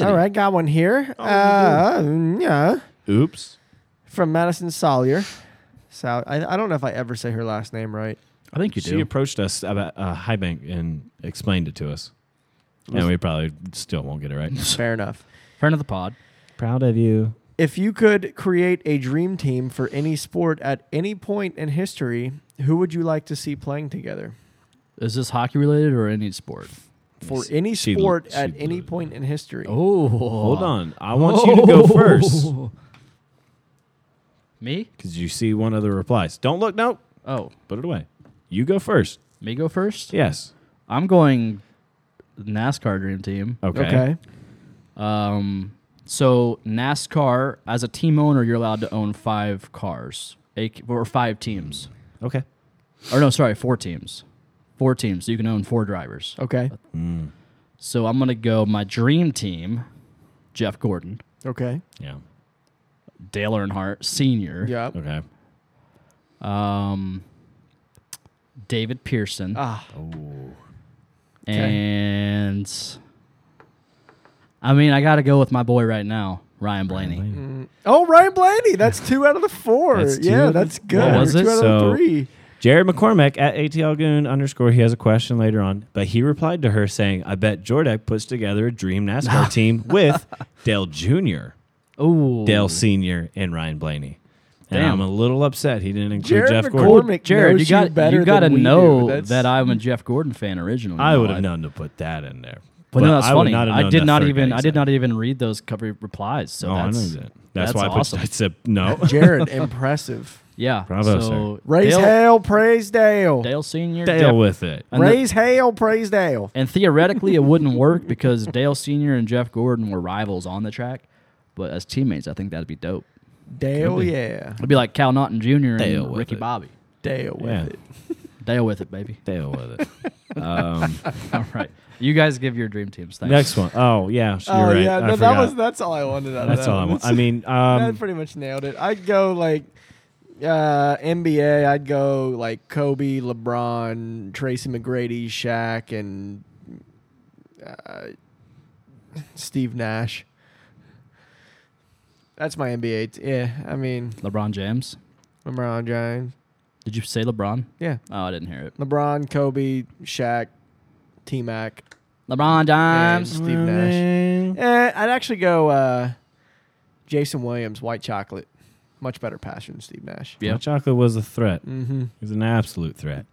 Speaker 3: All right, got one here. uh, yeah,
Speaker 2: Oops.
Speaker 3: from Madison Sawyer. Sal- I, I don't know if I ever say her last name right.
Speaker 1: I think you
Speaker 2: she approached us about uh, High Bank and explained it to us. And we probably still won't get it right.
Speaker 3: Fair enough.
Speaker 1: Friend of the pod.
Speaker 2: Proud of you.
Speaker 3: If you could create a dream team for any sport at any point in history, who would you like to see playing together?
Speaker 1: Is this hockey related or any sport?
Speaker 3: for any
Speaker 2: She-
Speaker 3: sport
Speaker 2: she
Speaker 3: at
Speaker 2: blew
Speaker 3: any
Speaker 2: it.
Speaker 3: point in history.
Speaker 1: Oh,
Speaker 2: Hold on. I want you to go first
Speaker 1: Me?
Speaker 2: because you see one of the replies. Don't look. No.
Speaker 1: Oh,
Speaker 2: Put it away. You go first.
Speaker 1: me go first.
Speaker 2: Yes.
Speaker 1: I'm going NASCAR Dream Team.
Speaker 2: Okay.
Speaker 3: Okay.
Speaker 1: Um, so NASCAR, as a team owner, you're allowed to own five cars, ac- or five teams,
Speaker 2: Okay.
Speaker 1: or no, sorry, four teams, four teams. you can own four drivers.
Speaker 3: Okay.
Speaker 2: Mm,
Speaker 1: So I'm gonna go my dream team: Jeff Gordon,
Speaker 3: Okay.
Speaker 2: Yeah.
Speaker 1: Dale Earnhardt Senior,
Speaker 3: Yeah.
Speaker 2: Okay.
Speaker 1: um, David Pearson,
Speaker 3: Ah.
Speaker 2: Oh.
Speaker 1: and I mean I gotta go with my boy right now, Ryan Blaney.
Speaker 3: Oh, Ryan Blaney. That's two out of the four.
Speaker 2: That's two out
Speaker 3: yeah,
Speaker 2: of the-
Speaker 3: that's good.
Speaker 1: What was
Speaker 3: two
Speaker 1: it?
Speaker 3: out
Speaker 2: So-
Speaker 3: of the three.
Speaker 2: Jared McCormack at ATLGoon underscore. He has a question later on, but he replied to her saying, I bet Jordak puts together a dream NASCAR team with Dale Jr.,
Speaker 1: Oh,
Speaker 2: Dale Sr., and Ryan Blaney. And
Speaker 1: Damn.
Speaker 2: I'm a little upset he didn't include
Speaker 3: Jared
Speaker 2: Jeff
Speaker 3: McCormack.
Speaker 2: Gordon.
Speaker 3: Cormack
Speaker 1: Jared,
Speaker 3: knows
Speaker 1: you
Speaker 3: you
Speaker 1: got
Speaker 3: better
Speaker 1: you got to
Speaker 3: than we do.
Speaker 1: know
Speaker 3: That's-
Speaker 1: that I'm a Jeff Gordon fan originally.
Speaker 2: I would have
Speaker 1: known.
Speaker 2: known to put that in there.
Speaker 1: But, no, that's
Speaker 2: I would
Speaker 1: funny.
Speaker 2: not have
Speaker 1: I
Speaker 2: known
Speaker 1: did
Speaker 2: that
Speaker 1: not
Speaker 2: third
Speaker 1: even
Speaker 2: guy
Speaker 1: I did
Speaker 2: said.
Speaker 1: not even read those cover replies. So
Speaker 2: oh, I
Speaker 1: that's
Speaker 2: know that. That's,
Speaker 1: that's
Speaker 2: why I put
Speaker 1: awesome.
Speaker 2: I said no.
Speaker 3: Jared, impressive.
Speaker 1: yeah.
Speaker 2: Bravo,
Speaker 1: so
Speaker 3: Raise
Speaker 1: Dale,
Speaker 3: hail, praise Dale.
Speaker 1: Dale Senior.
Speaker 2: Dale with it.
Speaker 1: And the-
Speaker 3: Raise hail, praise Dale.
Speaker 1: and theoretically, it wouldn't work because Dale Senior and Jeff Gordon were rivals on the track, but as teammates, I think that'd be dope.
Speaker 3: Dale, yeah.
Speaker 1: It'd be like Cal Naughton Jr.
Speaker 2: Dale
Speaker 1: and
Speaker 2: with
Speaker 1: Ricky
Speaker 2: it.
Speaker 1: Bobby.
Speaker 3: Dale with
Speaker 2: Yeah.
Speaker 3: it.
Speaker 1: Dale with it, baby.
Speaker 2: Dale with it. Um,
Speaker 1: All right, you guys give your dream teams. Thanks.
Speaker 2: next one. Oh, yeah. You're
Speaker 3: oh
Speaker 2: right.
Speaker 3: yeah,
Speaker 2: I
Speaker 3: no, that
Speaker 2: forgot.
Speaker 3: was that's all I wanted. Out of
Speaker 2: That's
Speaker 3: that
Speaker 2: all I
Speaker 3: one.
Speaker 2: want. I mean,
Speaker 3: I
Speaker 2: um,
Speaker 3: pretty much nailed it. I'd go like uh, NBA. I'd go like Kobe, LeBron, Tracy McGrady, Shaq, and uh, Steve Nash. That's my NBA. T- yeah, I mean
Speaker 1: LeBron James.
Speaker 3: LeBron James.
Speaker 1: Did you say LeBron?
Speaker 3: Yeah,
Speaker 1: Oh, I didn't hear it.
Speaker 3: LeBron, Kobe, Shaq, T Mac.
Speaker 1: LeBron
Speaker 3: And
Speaker 1: James.
Speaker 3: Steve Nash. Eh, I'd actually go uh, Jason Williams, White Chocolate. Much better passion than Steve Nash.
Speaker 1: Yeah.
Speaker 2: Hot chocolate was a threat.
Speaker 3: Mm-hmm.
Speaker 2: It was an absolute threat.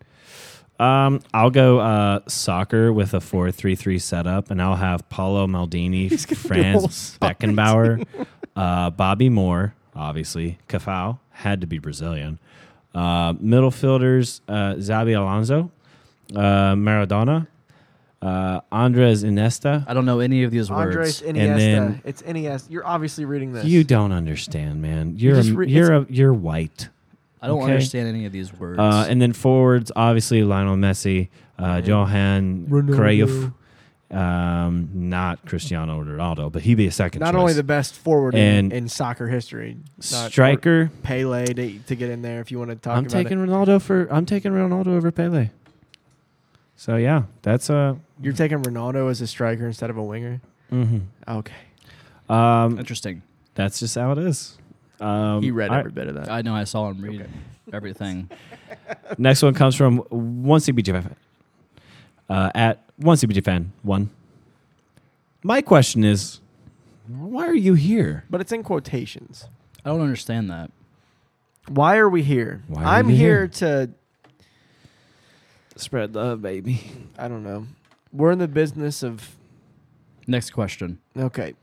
Speaker 2: Um, I'll go uh, soccer with a four-three-three setup, and I'll have Paolo Maldini,
Speaker 3: whole
Speaker 2: Franz
Speaker 3: soccer
Speaker 2: Beckenbauer, uh, Bobby Moore, obviously, Cafau, had to be Brazilian. Uh, middle fielders, uh, Zabi Alonso, uh, Maradona, uh, Andres Inesta.
Speaker 1: I don't know any of these words.
Speaker 3: Andres Iniesta.
Speaker 2: then-
Speaker 3: it's Iniesta. You're obviously reading this.
Speaker 2: You don't understand, man. You're
Speaker 3: just
Speaker 2: a,
Speaker 3: re-
Speaker 2: you're a, you're white.
Speaker 1: I don't
Speaker 2: Okay.
Speaker 1: understand any of these words.
Speaker 2: Uh, and then forwards, obviously Lionel Messi, uh, Johan Cruyff, um, not Cristiano Ronaldo, but he'd be a second.
Speaker 3: not
Speaker 2: choice.
Speaker 3: only the best forward
Speaker 2: And-
Speaker 3: in, in soccer history, not-
Speaker 2: striker.
Speaker 3: or Pele to, to get in there if you want to talk
Speaker 2: I'm
Speaker 3: about
Speaker 2: taking Ronaldo for. I'm taking Ronaldo over Pele. So yeah, that's uh, a.
Speaker 3: it. You're taking Ronaldo as a striker instead of a winger. Okay,
Speaker 2: mm-hmm. Um,
Speaker 1: Interesting.
Speaker 2: that's just how it is. Um,
Speaker 3: he read
Speaker 2: all right.
Speaker 3: every bit of that.
Speaker 1: I know. I saw him read everything.
Speaker 2: Next one comes from one CBG fan. Uh, at one CBG fan one. My question is, why are you here?
Speaker 3: but it's in quotations.
Speaker 1: I don't understand that.
Speaker 3: Why are we here?
Speaker 2: Why are
Speaker 3: I'm
Speaker 2: we
Speaker 3: here
Speaker 2: here?
Speaker 3: to.
Speaker 2: Spread love, baby.
Speaker 3: I don't know. We're in the business of.
Speaker 1: Next question.
Speaker 3: Okay,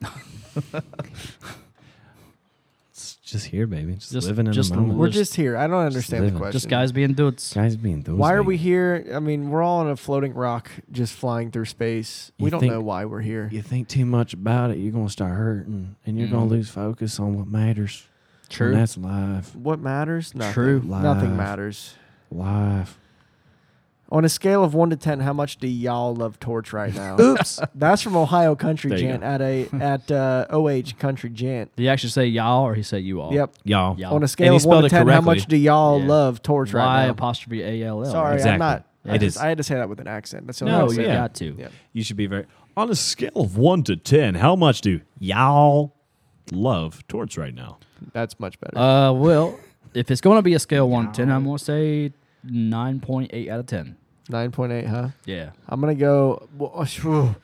Speaker 2: It's just here, baby. Just,
Speaker 1: Just-
Speaker 2: living in
Speaker 1: just
Speaker 2: the moment.
Speaker 3: we're
Speaker 1: Just-
Speaker 3: just here. I don't understand the
Speaker 2: living.
Speaker 3: question.
Speaker 1: Just guys being dudes.
Speaker 2: guys being those.
Speaker 3: Why are
Speaker 2: niggas.
Speaker 3: we here? I mean, we're all on a floating rock just flying through space. we
Speaker 2: You
Speaker 3: don't
Speaker 2: think-
Speaker 3: know why we're here.
Speaker 2: You think too much about it, you're gonna start hurting, and you're
Speaker 3: Mm.
Speaker 2: gonna
Speaker 1: Mhm.
Speaker 2: lose focus on what matters. And
Speaker 1: True.
Speaker 2: that's life.
Speaker 3: What matters? Nothing.
Speaker 1: True.
Speaker 2: Live.
Speaker 3: Nothing matters.
Speaker 2: Life.
Speaker 3: On a scale of one to ten, how much do y'all love torch right now?
Speaker 2: Oops.
Speaker 3: That's from Ohio Country
Speaker 2: There you
Speaker 3: Gent
Speaker 2: go.
Speaker 3: at a at uh, OH Country Gent.
Speaker 1: Did he actually say y'all or he say you all?
Speaker 3: Yep.
Speaker 2: Y'all.
Speaker 1: Y'all.
Speaker 3: On a
Speaker 2: And
Speaker 3: scale
Speaker 2: he
Speaker 3: of one
Speaker 2: spelled
Speaker 3: to
Speaker 2: it
Speaker 3: ten, how
Speaker 2: correctly.
Speaker 3: much do y'all
Speaker 1: Yeah.
Speaker 3: love torch
Speaker 1: Y
Speaker 3: right now?
Speaker 1: apostrophe A L L.
Speaker 3: Sorry,
Speaker 2: Exactly.
Speaker 3: I'm not. I
Speaker 2: It is.
Speaker 3: just- I had to say that with an accent. That's the only
Speaker 1: No,
Speaker 3: way I
Speaker 1: you
Speaker 3: say
Speaker 2: yeah.
Speaker 1: got to.
Speaker 3: it. Yeah.
Speaker 2: You should be very on a scale of one to ten, how much do y'all love torts right now?
Speaker 3: That's much better.
Speaker 1: Uh, well, if it's going to be a scale one to ten, I'm going to say nine point eight out of ten.
Speaker 3: Nine point eight, huh?
Speaker 1: Yeah.
Speaker 3: I'm gonna go. well, phew.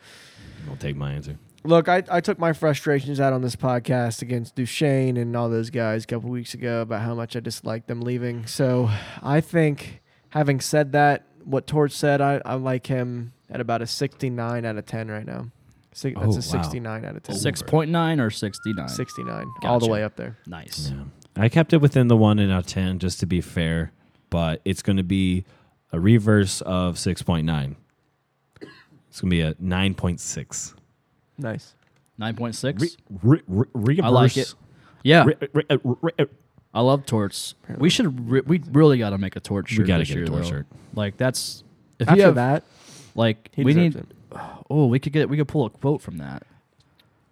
Speaker 2: I'll take my answer.
Speaker 3: Look, I, I took my frustrations out on this podcast against Duchesne and all those guys a couple weeks ago about how much I disliked them leaving. So I think, having said that, what Torch said, I, I like him at about a 69 out of 10 right now. Six,
Speaker 2: Oh,
Speaker 3: that's a
Speaker 2: wow.
Speaker 3: 69 out of 10.
Speaker 1: Six point nine or sixty nine.
Speaker 3: 69, all the
Speaker 1: Gotcha.
Speaker 3: way up there.
Speaker 1: Nice.
Speaker 2: Yeah. I kept it within the one and out of ten just to be fair, but it's going to be a reverse of six point nine. It's going to be a nine point six.
Speaker 3: Nice.
Speaker 1: Nine point six.
Speaker 2: Re- re- re- reverse.
Speaker 1: I like it. Yeah,
Speaker 2: Re- re- uh, re- uh,
Speaker 1: I love torts. We should. Re- we really got to make a torch
Speaker 2: We
Speaker 1: shirt.
Speaker 2: gotta
Speaker 1: this
Speaker 2: get a
Speaker 1: year,
Speaker 2: torch
Speaker 1: though.
Speaker 2: shirt.
Speaker 1: Like that's. If
Speaker 3: After
Speaker 1: you have,
Speaker 3: that,
Speaker 1: like
Speaker 3: he
Speaker 1: we
Speaker 3: deserves
Speaker 1: need.
Speaker 3: it.
Speaker 1: Oh, we could get. We could pull a quote from that.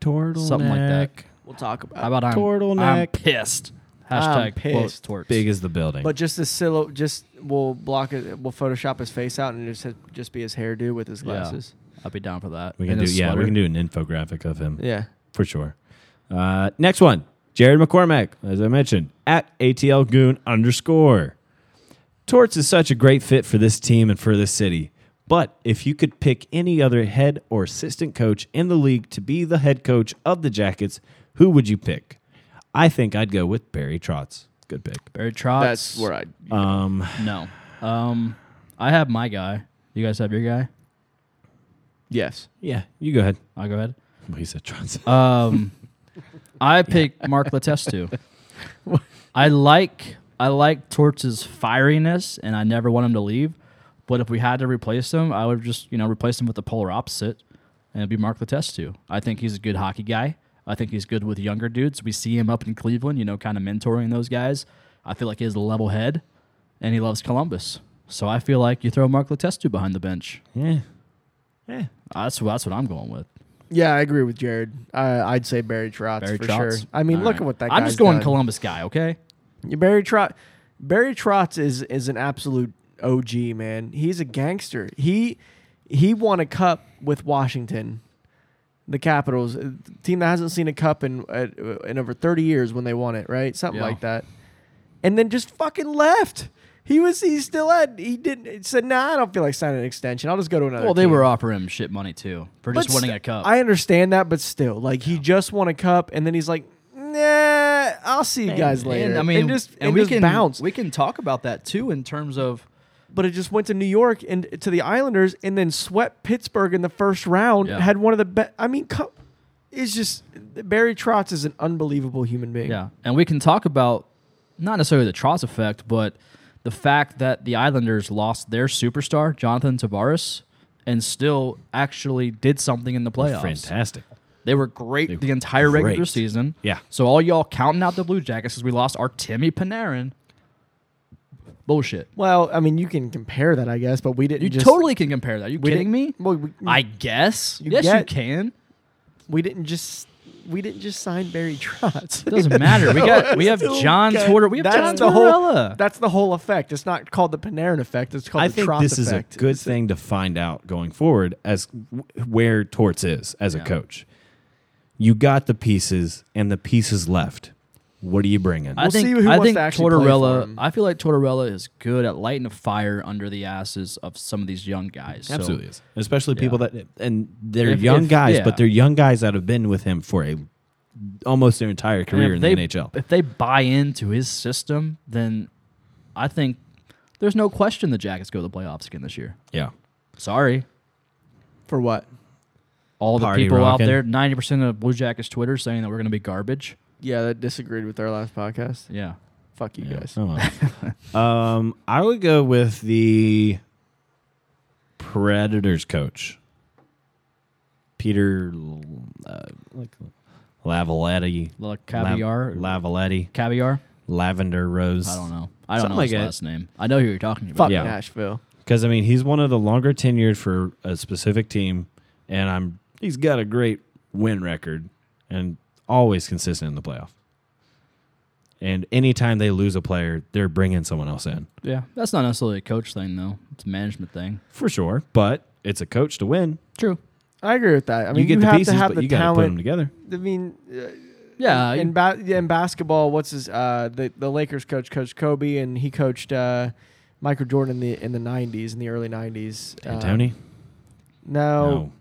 Speaker 2: turtleneck.
Speaker 1: Something like that.
Speaker 3: We'll talk about
Speaker 1: How about I'm, I'm
Speaker 2: turtleneck.
Speaker 1: pissed.
Speaker 3: I'm
Speaker 1: Hashtag quote
Speaker 3: pissed.
Speaker 1: torts.
Speaker 2: Big as the building.
Speaker 3: But just the silo, just we'll block it. We'll Photoshop his face out and just just be his hairdo with his
Speaker 1: Yeah.
Speaker 3: glasses.
Speaker 1: I'd be down for that.
Speaker 2: we can
Speaker 1: And
Speaker 2: do
Speaker 1: a
Speaker 2: yeah,
Speaker 1: sweater.
Speaker 2: we can do an infographic of him.
Speaker 3: Yeah.
Speaker 2: for sure. Uh, next one, Jared McCormack, as I mentioned, at ATL Goon underscore. Torts is such a great fit for this team and for this city. But if you could pick any other head or assistant coach in the league to be the head coach of the Jackets, who would you pick? I think I'd go with Barry Trotz. Good pick.
Speaker 1: Barry Trotz.
Speaker 3: That's where I.
Speaker 2: Um,
Speaker 1: No. Um, I have my guy. You guys have your guy.
Speaker 3: Yes.
Speaker 2: yeah, you go ahead.
Speaker 1: I'll go ahead.
Speaker 2: Well, he said Trotz.
Speaker 1: Um, I pick Mark Letestu. I like I like Torts' fieriness, and I never want him to leave. But if we had to replace him, I would just you know replace him with the polar opposite, and it'd be Mark Letestu. I think he's a good hockey guy. I think he's good with younger dudes. We see him up in Cleveland, you know, kind of mentoring those guys. I feel like he has a level head, and he loves Columbus. So I feel like you throw Mark Letestu behind the bench.
Speaker 2: yeah. Yeah.
Speaker 1: That's that's what I'm going with.
Speaker 3: Yeah, I agree with Jared. I, I'd say Barry Trotz
Speaker 1: Barry
Speaker 3: for
Speaker 1: Trotz.
Speaker 3: sure. I mean,
Speaker 1: All
Speaker 3: look
Speaker 1: right.
Speaker 3: at what that.
Speaker 1: I'm
Speaker 3: guy's
Speaker 1: just going
Speaker 3: done.
Speaker 1: Columbus guy. Okay.
Speaker 3: Yeah, Barry Trotz. Barry Trotz is is an absolute OG man. He's a gangster. He he won a cup with Washington, the Capitals, a team that hasn't seen a cup in uh, in over thirty years when they won it, right? Something
Speaker 1: Yeah.
Speaker 3: like that. And then just fucking left. He was he still had he didn't he said nah I don't feel like signing an extension. I'll just go to another.
Speaker 1: Well, they
Speaker 3: team."
Speaker 1: were offering him shit money too for just
Speaker 3: But
Speaker 1: winning
Speaker 3: st-
Speaker 1: a cup.
Speaker 3: I understand that, but still, like he just won a cup, and then he's like, "Nah, I'll see you guys later."
Speaker 1: I mean,
Speaker 3: and just
Speaker 1: and
Speaker 3: and
Speaker 1: we
Speaker 3: just
Speaker 1: can
Speaker 3: bounce.
Speaker 1: We can talk about that too in terms of
Speaker 3: but it just went to New York and to the Islanders, and then swept Pittsburgh in the first round.
Speaker 1: Yeah.
Speaker 3: Had one of the best. I mean, co- it's just Barry Trotz is an unbelievable human being.
Speaker 1: yeah, and we can talk about not necessarily the Trotz effect, but the fact that the Islanders lost their superstar Jonathan Tavares and still actually did something in the playoffs.
Speaker 2: Fantastic.
Speaker 1: They were great
Speaker 2: They
Speaker 1: the entire
Speaker 2: were
Speaker 1: regular
Speaker 2: great.
Speaker 1: season.
Speaker 2: Yeah.
Speaker 1: So all y'all counting out the Blue Jackets because we lost our Timmy Panarin. Bullshit.
Speaker 3: Well, I mean, you can compare that, I guess, but we didn't.
Speaker 1: You
Speaker 3: just,
Speaker 1: totally can compare that. Are you
Speaker 3: we
Speaker 1: kidding me?
Speaker 3: didn't- Well, we,
Speaker 1: I guess.
Speaker 3: You
Speaker 1: yes, you
Speaker 3: get-
Speaker 1: can.
Speaker 3: we didn't just we didn't just sign Barry Trotz.
Speaker 1: Doesn't matter. We got we have John Tortor. We have John
Speaker 3: That's the whole.
Speaker 1: Tortorella.
Speaker 3: That's the whole effect. It's not called the Panarin effect. It's called
Speaker 2: I
Speaker 3: the
Speaker 2: think
Speaker 3: Trotz
Speaker 2: this
Speaker 3: effect.
Speaker 2: is a good thing to find out going forward as w- where Torts is as
Speaker 1: Yeah.
Speaker 2: a coach. You got the pieces, and the pieces left. What are you bringing?
Speaker 1: I
Speaker 3: We'll
Speaker 1: think
Speaker 3: see who
Speaker 1: I
Speaker 3: wants
Speaker 1: think
Speaker 3: to actually play for
Speaker 1: Tortorella.
Speaker 3: him.
Speaker 1: I feel like Tortorella is good at lighting a fire under the asses of some of these young guys. So
Speaker 2: Absolutely is, especially people that and they're
Speaker 1: If-
Speaker 2: young
Speaker 1: if-
Speaker 2: guys,
Speaker 1: yeah.
Speaker 2: but they're young guys that have been with him for a almost their entire
Speaker 1: and if
Speaker 2: career in
Speaker 1: they-
Speaker 2: the NHL.
Speaker 1: If they buy into his system, then I think there's no question the Jackets go to the playoffs again this year.
Speaker 2: Yeah,
Speaker 1: Sorry,
Speaker 3: for what?
Speaker 1: all the
Speaker 2: Party
Speaker 1: people
Speaker 2: rocking.
Speaker 1: out there. Ninety percent of Blue Jackets Twitter saying that we're going to be garbage.
Speaker 3: Yeah, that disagreed with our last podcast.
Speaker 1: Yeah,
Speaker 3: Fuck you guys.
Speaker 2: Oh, well. um, I would go with the Predators coach, Peter uh, Lavalette.
Speaker 1: like caviar,
Speaker 2: Lav- Lavalette,
Speaker 1: caviar.
Speaker 2: Lavender Rose.
Speaker 1: I don't know. I don't
Speaker 2: Something
Speaker 1: know
Speaker 2: like
Speaker 1: his
Speaker 2: that.
Speaker 1: last name. I know who you're talking about.
Speaker 3: Fuck
Speaker 2: Yeah.
Speaker 3: Nashville.
Speaker 2: because I mean he's one of the longer tenured for a specific team, and I'm he's got a great win record and always consistent in the playoff. And anytime they lose a player, they're bringing someone else in
Speaker 1: Yeah, that's not necessarily a coach thing though. It's a management thing.
Speaker 2: for sure. But it's a coach to win.
Speaker 1: True.
Speaker 3: I agree with that. I mean,
Speaker 2: you get the
Speaker 3: have
Speaker 2: pieces,
Speaker 3: to have
Speaker 2: but
Speaker 3: the
Speaker 2: you got to put them
Speaker 3: talent.
Speaker 2: together.
Speaker 3: I mean, uh,
Speaker 1: Yeah,
Speaker 3: in,
Speaker 1: you-
Speaker 3: in, ba- yeah, in basketball, what's his? Uh, the the Lakers coach coached Kobe, and he coached uh, Michael Jordan in the in the '90s, in the early '90s. Uh,
Speaker 2: D'Antoni,
Speaker 3: No,
Speaker 2: no,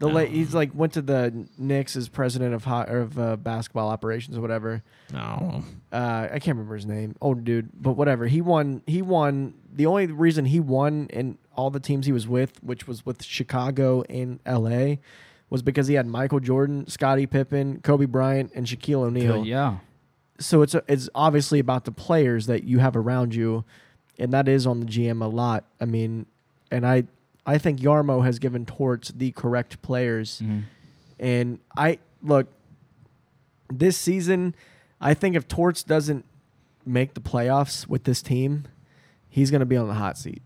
Speaker 3: The
Speaker 2: No.
Speaker 3: late, he's like went to the Knicks as president of ho- or of uh, basketball operations or whatever.
Speaker 2: No.
Speaker 3: Uh, I can't remember his name, old dude, but whatever. He won. He won. The only reason he won in all the teams he was with, which was with Chicago and L.A., was because he had Michael Jordan, Scottie Pippen, Kobe Bryant, and Shaquille O'Neal.
Speaker 1: yeah.
Speaker 3: so it's it's obviously about the players that you have around you, and that is on the GM a lot. I mean, and I I think Yarmo has given Torts the correct players,
Speaker 1: Mm-hmm.
Speaker 3: and I look this season. I think if Torts doesn't make the playoffs with this team, he's going to be on the hot seat.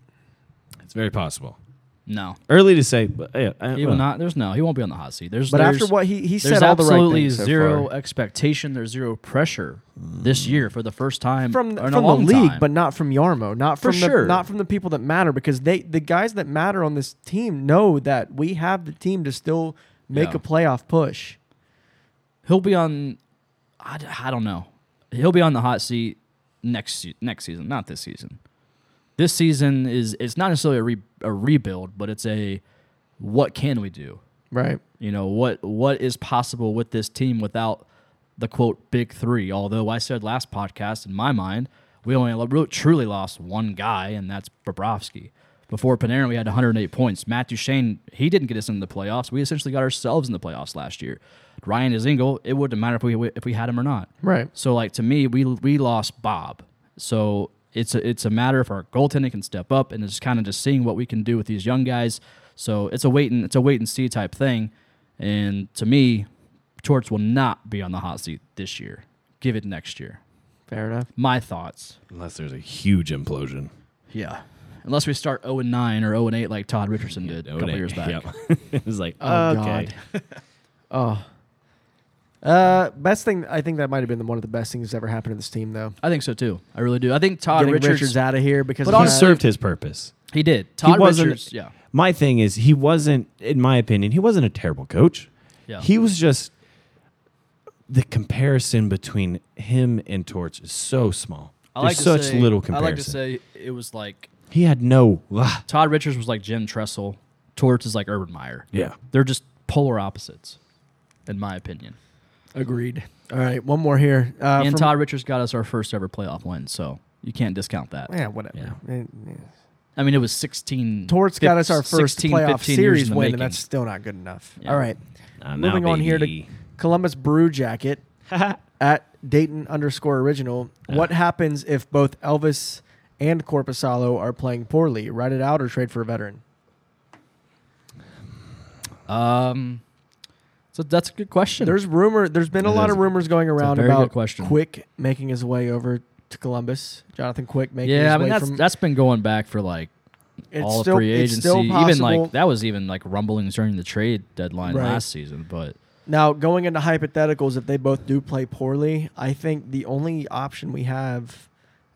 Speaker 2: It's very possible.
Speaker 1: No,
Speaker 2: Early to say, but yeah, I,
Speaker 1: he
Speaker 2: well,
Speaker 1: will not. There's no. He won't be on the hot seat. There's.
Speaker 3: But after
Speaker 1: there's-
Speaker 3: what he he
Speaker 1: There's
Speaker 3: said, all the right
Speaker 1: absolutely
Speaker 3: things so
Speaker 1: zero
Speaker 3: far.
Speaker 1: expectation. There's zero pressure this year for the first time
Speaker 3: from
Speaker 1: in
Speaker 3: the,
Speaker 1: a
Speaker 3: from the
Speaker 1: long
Speaker 3: league,
Speaker 1: time.
Speaker 3: but not from Yarmo, not
Speaker 1: For
Speaker 3: from
Speaker 1: sure.
Speaker 3: the, not from the people that matter because they the guys that matter on this team know that we have the team to still make
Speaker 2: Yeah.
Speaker 3: a playoff push.
Speaker 1: he'll be on. I, d- I don't know. He'll be on the hot seat next se- next season, not this season. This season is it's not necessarily a, re, a rebuild, but it's a what can we do?
Speaker 3: Right.
Speaker 1: You know what what is possible with this team without the quote big three? Although I said last podcast, in my mind, we only lo- really, truly lost one guy, and that's Bobrovsky. Before Panarin, we had 108 points. Matt Duchene, he didn't get us into the playoffs. We essentially got ourselves in the playoffs last year. Ryan Izingle, it wouldn't matter if we if we had him or not.
Speaker 3: Right.
Speaker 1: So like to me, we we lost Bob. So it's a it's a matter if our goaltending can step up and it's kind of just seeing what we can do with these young guys. So it's a wait and it's a wait and see type thing. And to me, Torts will not be on the hot seat this year. Give it next year.
Speaker 3: Fair enough.
Speaker 1: My thoughts.
Speaker 2: unless there's a huge implosion.
Speaker 1: Yeah. Unless we start 0 and 9 or 0 and 8 like Todd Richardson did a couple
Speaker 2: Own it.
Speaker 1: years back.
Speaker 2: oh Yep. it was like,
Speaker 3: Oh,
Speaker 2: okay.
Speaker 3: God. Oh. Uh, best thing I think that might have been one of the best things that's ever happened to this team though.
Speaker 1: I think so too. I really do. I think Todd
Speaker 3: Getting
Speaker 1: Richards,
Speaker 3: Richards, out of here because
Speaker 1: But
Speaker 3: of
Speaker 2: He
Speaker 1: on
Speaker 3: that.
Speaker 1: serve-
Speaker 2: served his purpose.
Speaker 1: he did. Todd
Speaker 2: wasn't-
Speaker 1: Richards, yeah.
Speaker 2: My thing is, he wasn't, in my opinion, he wasn't a terrible coach.
Speaker 1: Yeah.
Speaker 2: He was just the comparison between him and Torch is so small. There's such little comparison.
Speaker 1: I like to say it was like
Speaker 2: he had no.
Speaker 1: Todd Richards was like Jim Tressel. Torts is like Urban Meyer.
Speaker 2: Yeah.
Speaker 1: They're just polar opposites, in my opinion.
Speaker 3: Agreed. All right, one more here. Uh,
Speaker 1: and
Speaker 3: from-
Speaker 1: Todd Richards got us our first ever playoff win, so you can't discount that.
Speaker 3: Yeah, whatever.
Speaker 2: Yeah.
Speaker 3: Eh, yeah.
Speaker 1: I mean, it was 16.
Speaker 3: Torts got us our first
Speaker 1: 16,
Speaker 3: playoff
Speaker 1: 15 years in
Speaker 3: series
Speaker 1: the
Speaker 3: win,
Speaker 1: making.
Speaker 3: and that's still not good enough.
Speaker 1: Yeah.
Speaker 3: All right,
Speaker 2: Nah, now,
Speaker 3: moving on here to
Speaker 2: baby.
Speaker 3: Columbus Brew Jacket at Dayton underscore original. What happens if both Elvis and Corpusalo are playing poorly? Write it out or trade for a veteran.
Speaker 1: Um, so that's a good question.
Speaker 3: There's rumor. There's been a
Speaker 2: It
Speaker 3: lot
Speaker 2: is-
Speaker 3: of rumors going around
Speaker 1: very good
Speaker 3: about
Speaker 1: question.
Speaker 3: Quick making his way over to Columbus. Jonathan Quick making his
Speaker 1: yeah, I mean,
Speaker 3: way
Speaker 1: that's,
Speaker 3: from.
Speaker 1: that's been going back for like
Speaker 3: it's
Speaker 1: all
Speaker 3: still,
Speaker 1: free
Speaker 3: it's
Speaker 1: agency.
Speaker 3: still
Speaker 1: even
Speaker 3: possible.
Speaker 1: like that was even like rumblings during the trade deadline
Speaker 3: Right.
Speaker 1: last season, but
Speaker 3: Now, going into hypotheticals, if they both do play poorly, I think the only option we have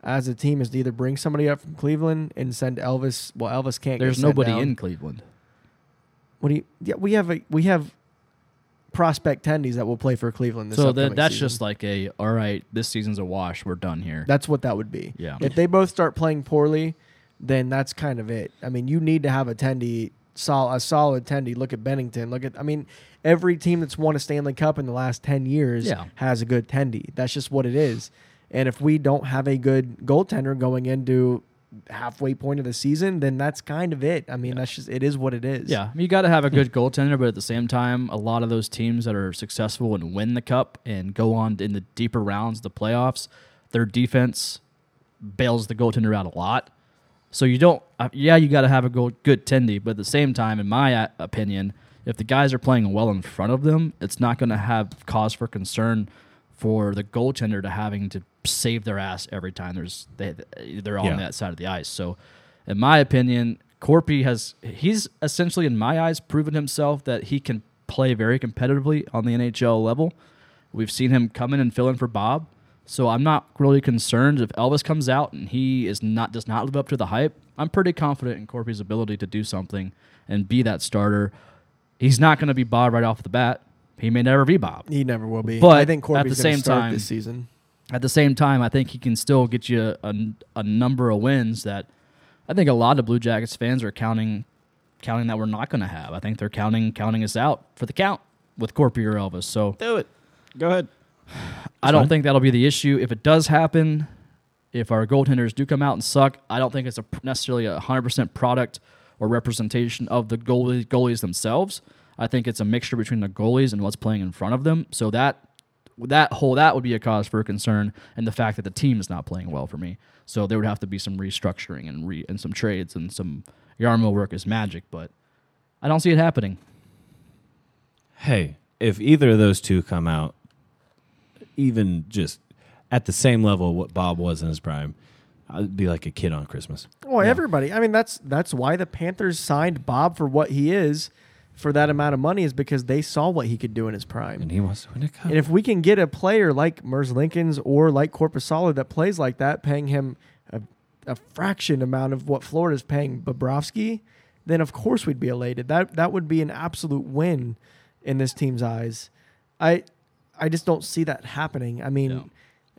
Speaker 3: as a team is to either bring somebody up from Cleveland and send Elvis. Well, Elvis can't. get
Speaker 1: there's
Speaker 3: sent
Speaker 1: nobody
Speaker 3: down.
Speaker 1: in Cleveland.
Speaker 3: What do you? Yeah, we have a we have prospect tendies that will play for Cleveland. This
Speaker 1: So
Speaker 3: upcoming
Speaker 1: that, that's
Speaker 3: season.
Speaker 1: just like a all right. This season's a wash. We're done here.
Speaker 3: that's what that would be.
Speaker 1: Yeah.
Speaker 3: If they both start playing poorly, then that's kind of it. I mean, you need to have a tendy. Sol- a solid tendy. Look at Bennington. Look at I mean, every team that's won a Stanley Cup in the last ten years
Speaker 1: Yeah.
Speaker 3: has a good tendy. That's just what it is. And if we don't have a good goaltender going into halfway point of the season, then that's kind of it. I mean, that's just it is what it is.
Speaker 1: Yeah, I mean, you got to have a good goaltender, but at the same time, a lot of those teams that are successful and win the cup and go on in the deeper rounds, the playoffs, their defense bails the goaltender out a lot. So you don't, uh, yeah, you got to have a go- good tendy, but at the same time, in my uh, opinion, if the guys are playing well in front of them, it's not going to have cause for concern for the goaltender to having to save their ass every time there's they, they're on
Speaker 2: Yeah.
Speaker 1: that side of the ice. So, in my opinion, Corpy has he's essentially, in my eyes, proven himself that he can play very competitively on the NHL level. We've seen him come in and fill in for Bob. So I'm not really concerned if Elvis comes out and he is not does not live up to the hype. I'm pretty confident in Corpy's ability to do something and be that starter. He's not going to be Bob right off the bat. He may never be Bob.
Speaker 3: He never will be.
Speaker 1: But
Speaker 3: I think
Speaker 1: at
Speaker 3: Corby's
Speaker 1: the
Speaker 3: gonna
Speaker 1: same
Speaker 3: start
Speaker 1: time-
Speaker 3: this season.
Speaker 1: At the same time, I think he can still get you a, a number of wins that I think a lot of Blue Jackets fans are counting counting that we're not going to have. I think they're counting counting us out for the count with Corpier Elvis. So
Speaker 2: Do it. Go ahead.
Speaker 1: I don't
Speaker 2: fine.
Speaker 1: think that'll be the issue. If it does happen, if our goaltenders do come out and suck, I don't think it's a, necessarily a 100% product or representation of the goalie, goalies themselves. I think it's a mixture between the goalies and what's playing in front of them. So that that whole that would be a cause for concern, and the fact that the team is not playing well for me. So there would have to be some restructuring and re, and some trades and some Yarmo work is magic, but I don't see it happening.
Speaker 2: Hey, if either of those two come out, even just at the same level what Bob was in his prime, I'd be like a kid on Christmas.
Speaker 3: Well, everybody. I mean, that's that's why the Panthers signed Bob for what he is, for that amount of money, is because they saw what he could do in his prime.
Speaker 2: And he wants to win a cup.
Speaker 3: And if we can get a player like Merz Lincoln's or like Corpusala that plays like that, paying him a, a fraction amount of what Florida's paying Bobrovsky, then of course we'd be elated. That that would be an absolute win in this team's eyes. I I just don't see that happening. I mean,
Speaker 1: No.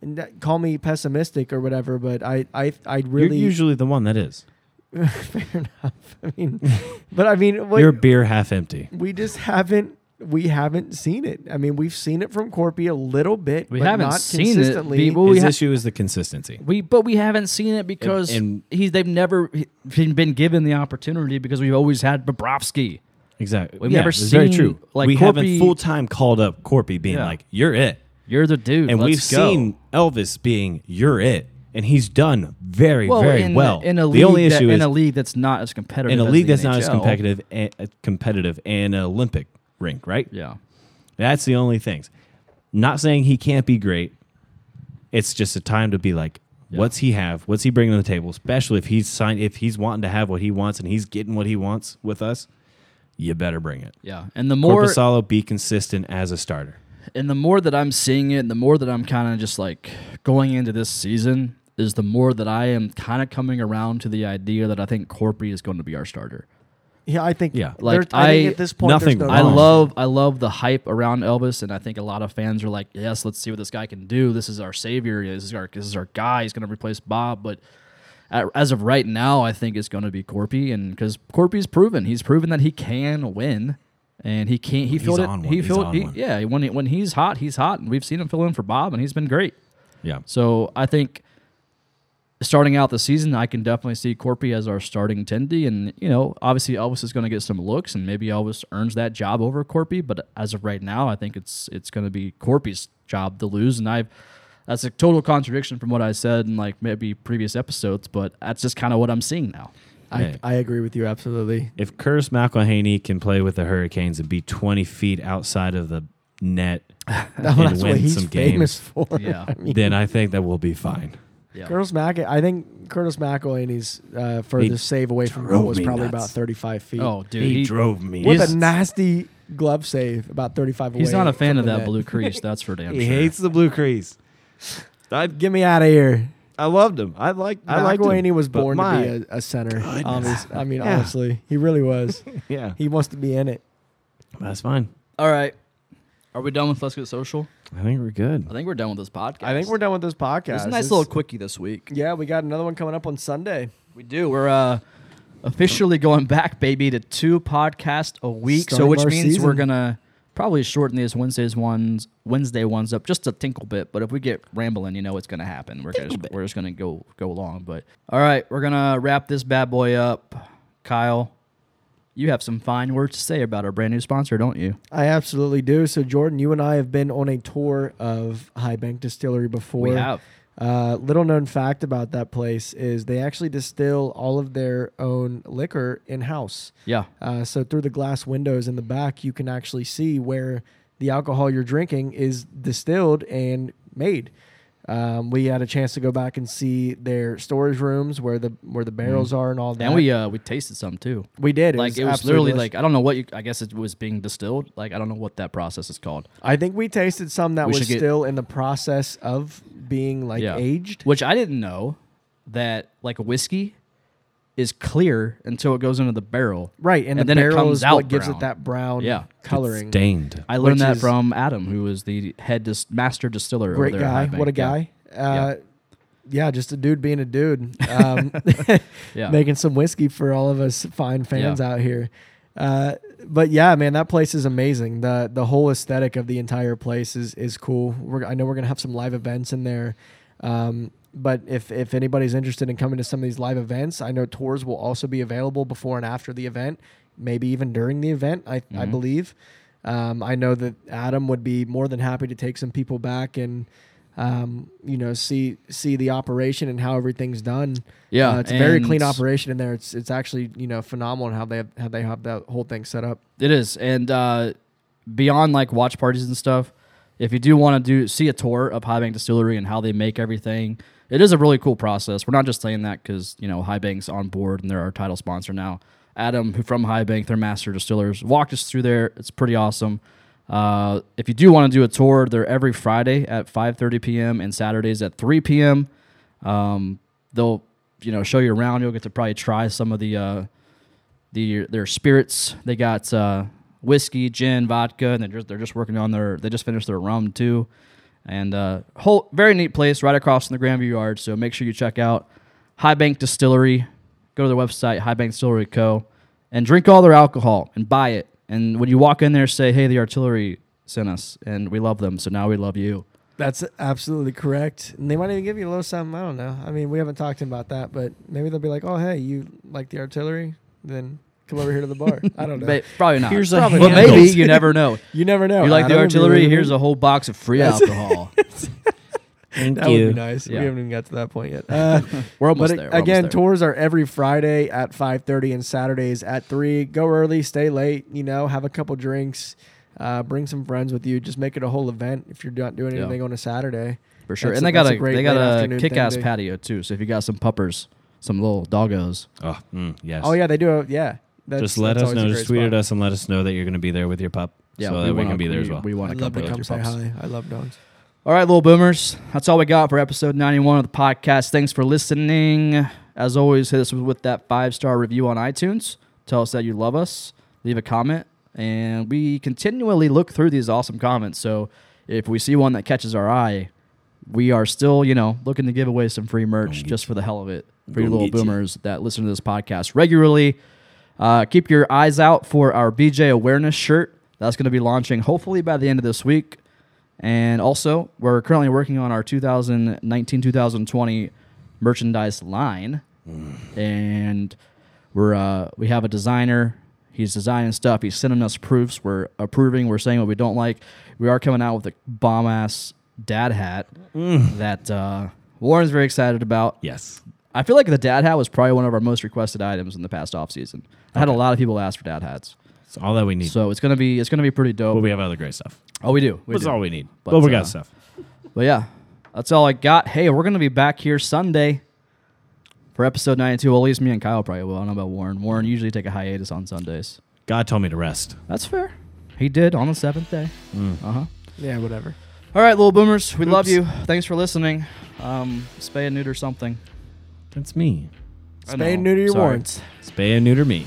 Speaker 3: and that- call me pessimistic or whatever, but I I I
Speaker 2: You're
Speaker 3: really
Speaker 2: usually the one that is.
Speaker 3: fair enough. I mean, but I mean, what,
Speaker 2: Your beer half empty.
Speaker 3: we just haven't we haven't seen it. I mean, we've seen it from Corpy a little bit,
Speaker 1: We
Speaker 3: but
Speaker 1: haven't
Speaker 3: not
Speaker 1: seen it,
Speaker 3: consistently.
Speaker 1: people. Well, we
Speaker 2: His
Speaker 1: ha-
Speaker 2: issue is the consistency.
Speaker 1: We but we haven't seen it because
Speaker 2: and-
Speaker 1: he's they've never he- been given the opportunity because we've always had Bobrovsky.
Speaker 2: Exactly.
Speaker 1: We've
Speaker 2: yeah,
Speaker 1: never
Speaker 2: it's very
Speaker 1: seen,
Speaker 2: true.
Speaker 1: like,
Speaker 2: we
Speaker 1: Corpy-
Speaker 2: haven't full time called up Corpy being
Speaker 1: Yeah.
Speaker 2: like, "You're it,"
Speaker 1: You're the dude,
Speaker 2: and
Speaker 1: let's
Speaker 2: we've
Speaker 1: go.
Speaker 2: seen Elvis being, "You're it," and he's done very, very
Speaker 1: in,
Speaker 2: well.
Speaker 1: in a league
Speaker 2: the only
Speaker 1: that-
Speaker 2: issue
Speaker 1: in
Speaker 2: is
Speaker 1: a league that's not as competitive
Speaker 2: in a
Speaker 1: as
Speaker 2: league
Speaker 1: the
Speaker 2: that's not as
Speaker 1: NHL.
Speaker 2: competitive, and, uh, competitive, and an Olympic rink, right?
Speaker 1: Yeah,
Speaker 2: That's the only things. Not saying he can't be great. It's just a time to be like, what's he have? What's he bringing to the table? Especially if he's signed, if he's wanting to have what he wants and he's getting what he wants with us, you better bring it.
Speaker 1: yeah. And the more
Speaker 2: Corpusalo, be consistent as a starter.
Speaker 1: and the more that I'm seeing it, and the more that I'm kind of just like going into this season is the more that I am kind of coming around to the idea that I think Corpy is going to be our starter.
Speaker 3: yeah, I think.
Speaker 2: Yeah.
Speaker 3: there-
Speaker 1: Like,
Speaker 3: I, think
Speaker 1: I-
Speaker 3: at this point,
Speaker 2: nothing
Speaker 3: There's no
Speaker 1: I
Speaker 2: wrong.
Speaker 3: doubt.
Speaker 1: love I love the hype around Elvis, and I think a lot of fans are like, "Yes, let's see what this guy can do. This is our savior. This is our this is our guy. He's going to replace Bob." But a- as of right now, I think it's going to be Corpy, and because Corpy's proven, he's proven that he can win, and he can't. He filled
Speaker 2: on
Speaker 1: it.
Speaker 2: one.
Speaker 1: He
Speaker 2: He's
Speaker 1: filled.
Speaker 2: on
Speaker 1: he-
Speaker 2: one.
Speaker 1: yeah, when he, when he's hot, he's hot, and we've seen him fill in for Bob, and he's been great.
Speaker 2: Yeah.
Speaker 1: So I think starting out the season, I can definitely see Corpy as our starting tendy, and you know, obviously Elvis is going to get some looks, and maybe Elvis earns that job over Corpy. But as of right now, I think it's it's going to be Corpy's job to lose, and I've that's a total contradiction from what I said in like maybe previous episodes, but that's just kind of what I'm seeing now.
Speaker 3: I, I agree with you absolutely.
Speaker 2: If Curtis McElhaney can play with the Hurricanes and be 20 feet outside of the net and
Speaker 3: That's
Speaker 2: win
Speaker 3: what he's
Speaker 2: some
Speaker 3: famous
Speaker 2: games,
Speaker 3: for.
Speaker 1: Yeah.
Speaker 2: then I think that we'll be fine.
Speaker 1: Yeah.
Speaker 3: Curtis Mac, I think Curtis McElhaney's uh, furthest save away from
Speaker 2: drove
Speaker 3: goal was
Speaker 2: me
Speaker 3: probably
Speaker 2: nuts.
Speaker 3: about 35 feet.
Speaker 1: Oh, dude,
Speaker 2: he,
Speaker 1: he-
Speaker 2: drove me.
Speaker 3: what
Speaker 1: he's-
Speaker 3: a nasty glove save! About 35 away.
Speaker 1: he's not a fan
Speaker 3: from
Speaker 1: of
Speaker 3: the
Speaker 1: that
Speaker 3: net.
Speaker 1: blue crease. That's for damn
Speaker 2: He
Speaker 1: sure.
Speaker 2: hates the blue crease. I
Speaker 3: Get me out of here.
Speaker 2: I loved him. I like I liked him.
Speaker 3: McElhaney was
Speaker 2: but
Speaker 3: born
Speaker 2: my-
Speaker 3: to be a, a center.
Speaker 2: Goodness.
Speaker 3: Obviously, I mean,
Speaker 2: Yeah.
Speaker 3: honestly, he really was.
Speaker 2: yeah.
Speaker 3: He wants to be in it.
Speaker 2: That's fine.
Speaker 1: All right. Are we done with Let's Get Social?
Speaker 2: I think we're
Speaker 1: I
Speaker 2: good.
Speaker 1: think we're done with this podcast.
Speaker 3: I think we're done with this podcast.
Speaker 1: There's a nice
Speaker 3: This-
Speaker 1: little quickie this week.
Speaker 3: Yeah, we got another one coming up on Sunday.
Speaker 1: We do. We're uh, officially going back, baby, to two podcasts a week. so
Speaker 3: Starting
Speaker 1: which
Speaker 3: our
Speaker 1: means
Speaker 3: season.
Speaker 1: we're gonna probably shorten these Wednesdays ones, Wednesday ones up just a tinkle bit. But if we get rambling, you know what's gonna happen. We're gonna, we're just gonna go go along. But all right, we're gonna wrap this bad boy up. Kyle, you have some fine words to say about our brand new sponsor, don't you?
Speaker 3: I absolutely do. So, Jordan, you and I have been on a tour of High Bank Distillery before.
Speaker 1: We have.
Speaker 3: Uh, little known fact about that place is they actually distill all of their own liquor in house.
Speaker 1: Yeah.
Speaker 3: Uh, so through the glass windows in the back, you can actually see where the alcohol you're drinking is distilled and made. Um, we had a chance to go back and see their storage rooms where the where the barrels are and all that.
Speaker 1: Mm. And we uh we tasted some too.
Speaker 3: we did
Speaker 1: like it was literally
Speaker 3: absolutely
Speaker 1: like I don't know what you I guess it was being distilled. Like I don't know what that process is called.
Speaker 3: I think we tasted some that
Speaker 1: We
Speaker 3: was
Speaker 1: should get-
Speaker 3: still in the process of being like aged.
Speaker 1: Which I didn't know that like whiskey is clear until it goes into the barrel.
Speaker 3: Right, and,
Speaker 1: And
Speaker 3: the
Speaker 1: then it
Speaker 3: barrel
Speaker 1: comes
Speaker 3: is
Speaker 1: out
Speaker 3: what gives
Speaker 1: brown.
Speaker 3: it that brown
Speaker 1: Yeah.
Speaker 3: coloring.
Speaker 2: Stained.
Speaker 1: I learned
Speaker 3: Which
Speaker 1: that
Speaker 3: is-
Speaker 1: from Adam, who is the head dis- master distiller.
Speaker 3: Great
Speaker 1: over there at
Speaker 3: guy,
Speaker 1: High Bank.
Speaker 3: what a
Speaker 1: Yeah.
Speaker 3: guy. Uh, yeah, just a dude being a dude, um,
Speaker 1: Yeah.
Speaker 3: making some whiskey for all of us fine fans out here. Uh, but yeah, man, that place is amazing. the The whole aesthetic of the entire place is is cool. We're, I know we're gonna have some live events in there. Um, but if if anybody's interested in coming to some of these live events, I know tours will also be available before and after the event, maybe even during the event. I I
Speaker 1: Mhm.
Speaker 3: believe. Um, I know that Adam would be more than happy to take some people back and um, you know see see the operation and how everything's done.
Speaker 1: Yeah,
Speaker 3: Uh, it's a very clean
Speaker 1: and-
Speaker 3: operation in there. It's it's actually you know phenomenal in how they have, how they have that whole thing set up.
Speaker 1: It is, and uh, beyond like watch parties and stuff. If you do want to do see a tour of High Bank Distillery and how they make everything, it is a really cool process. We're not just saying that because you know High Bank's on board and they're our title sponsor now. Adam, who from High Bank, their master distillers, walked us through there. It's pretty awesome. Uh, if you do want to do a tour, they're every Friday at 5:30 p.m. and Saturdays at 3 p.m. Um, they'll you know show you around. You'll get to probably try some of the uh, the their spirits. They got uh, whiskey, gin, vodka, and they're just they're just working on their they just finished their rum too. And uh, whole very neat place right across from the Grandview Yard. So make sure you check out High Bank Distillery. Go to their website, High Bank Distillery Co. And drink all their alcohol and buy it. And when you walk in there, say, "Hey, the artillery sent us, and we love them, so now we love you."
Speaker 3: That's absolutely correct. And they might even give you a little something. I don't know. I mean, we haven't talked about that, but maybe they'll be like, "Oh, hey, you like the artillery? Then come over here to the bar." I don't know.
Speaker 1: But probably not.
Speaker 2: Here's a
Speaker 1: but
Speaker 2: handle.
Speaker 1: maybe you never know.
Speaker 3: You never know.
Speaker 1: you like the
Speaker 3: Adam, you
Speaker 1: artillery?
Speaker 3: know
Speaker 1: Here's
Speaker 3: what
Speaker 1: a whole box of free
Speaker 3: That's-
Speaker 1: alcohol.
Speaker 2: Thank
Speaker 3: I mean? that would be nice.
Speaker 1: Yeah.
Speaker 3: We haven't even got to that point yet. Uh,
Speaker 1: We're almost
Speaker 3: but
Speaker 1: there.
Speaker 3: a-
Speaker 1: We're almost
Speaker 3: again,
Speaker 1: there.
Speaker 3: tours are every Friday at 5:30 and Saturdays at 3. Go early, stay late, you know, have a couple drinks, uh, bring some friends with you, just make it a whole event if you're not doing
Speaker 1: Yeah.
Speaker 3: anything on a Saturday.
Speaker 1: For sure.
Speaker 3: That's
Speaker 1: and
Speaker 3: a-
Speaker 1: they got
Speaker 3: that's
Speaker 1: a,
Speaker 3: a great
Speaker 1: they got
Speaker 3: late
Speaker 1: a
Speaker 3: afternoon thing
Speaker 1: kick ass
Speaker 3: to-
Speaker 1: patio too. So if you got some puppers, some little doggos.
Speaker 2: Oh, mm, yes.
Speaker 3: Oh yeah, they do. A, yeah. That's,
Speaker 2: just let
Speaker 3: that's
Speaker 2: us
Speaker 3: always
Speaker 2: know.
Speaker 3: a
Speaker 2: Just
Speaker 3: great
Speaker 2: tweet at
Speaker 3: spot.
Speaker 2: us and let us know that you're going to be there with your pup.
Speaker 1: Yeah,
Speaker 2: so that we
Speaker 1: wanna-
Speaker 2: can be there as well.
Speaker 1: We want to
Speaker 3: I'd
Speaker 1: come
Speaker 3: love
Speaker 1: play
Speaker 3: to
Speaker 1: with
Speaker 3: come
Speaker 1: your
Speaker 3: say
Speaker 1: pups.
Speaker 3: hi. I love dogs.
Speaker 1: All right, little boomers. That's all we got for episode 91 of the podcast. Thanks for listening. As always, hit us with that five star review on iTunes. Tell us that you love us. Leave a comment. And we continually look through these awesome comments. So if we see one that catches our eye, we are still, you know, looking to give away some free merch just for the hell of it for you
Speaker 2: Gonna
Speaker 1: little
Speaker 2: get you.
Speaker 1: boomers that listen to this podcast regularly. Uh, keep your eyes out for our BJ awareness shirt. That's going to be launching hopefully by the end of this week. And also, we're currently working on our 2019 2020 merchandise line. And we're uh, we have a designer. He's designing stuff. He's sending us proofs. We're approving. We're saying what we don't like. We are coming out with a bomb ass dad hat that uh, Warren's very excited about.
Speaker 2: Yes.
Speaker 1: I feel like the dad hat was probably one of our most requested items in the past off season. I had a lot of people ask for dad hats,
Speaker 2: It's all that we need.
Speaker 1: so it's gonna be it's gonna be pretty dope.
Speaker 2: but we have other great stuff.
Speaker 1: oh, we do. We
Speaker 2: That's
Speaker 1: do.
Speaker 2: all we need.
Speaker 1: But,
Speaker 2: But, we
Speaker 1: uh,
Speaker 2: got stuff.
Speaker 1: But yeah, that's all I got. Hey, we're gonna be back here Sunday for episode ninety two. Well, at least me and Kyle probably will. I don't know about Warren. Warren usually take a hiatus on Sundays.
Speaker 2: God told me to rest.
Speaker 1: That's fair. He did on the seventh day.
Speaker 3: Mm.
Speaker 1: Uh huh.
Speaker 3: Yeah, whatever.
Speaker 1: All right, little boomers, we love you. Thanks for listening. Um, spay and neuter something.
Speaker 2: That's me.
Speaker 1: I
Speaker 3: Spay
Speaker 1: know.
Speaker 3: new to your
Speaker 1: Sorry.
Speaker 3: warrants.
Speaker 2: Spay and neuter me.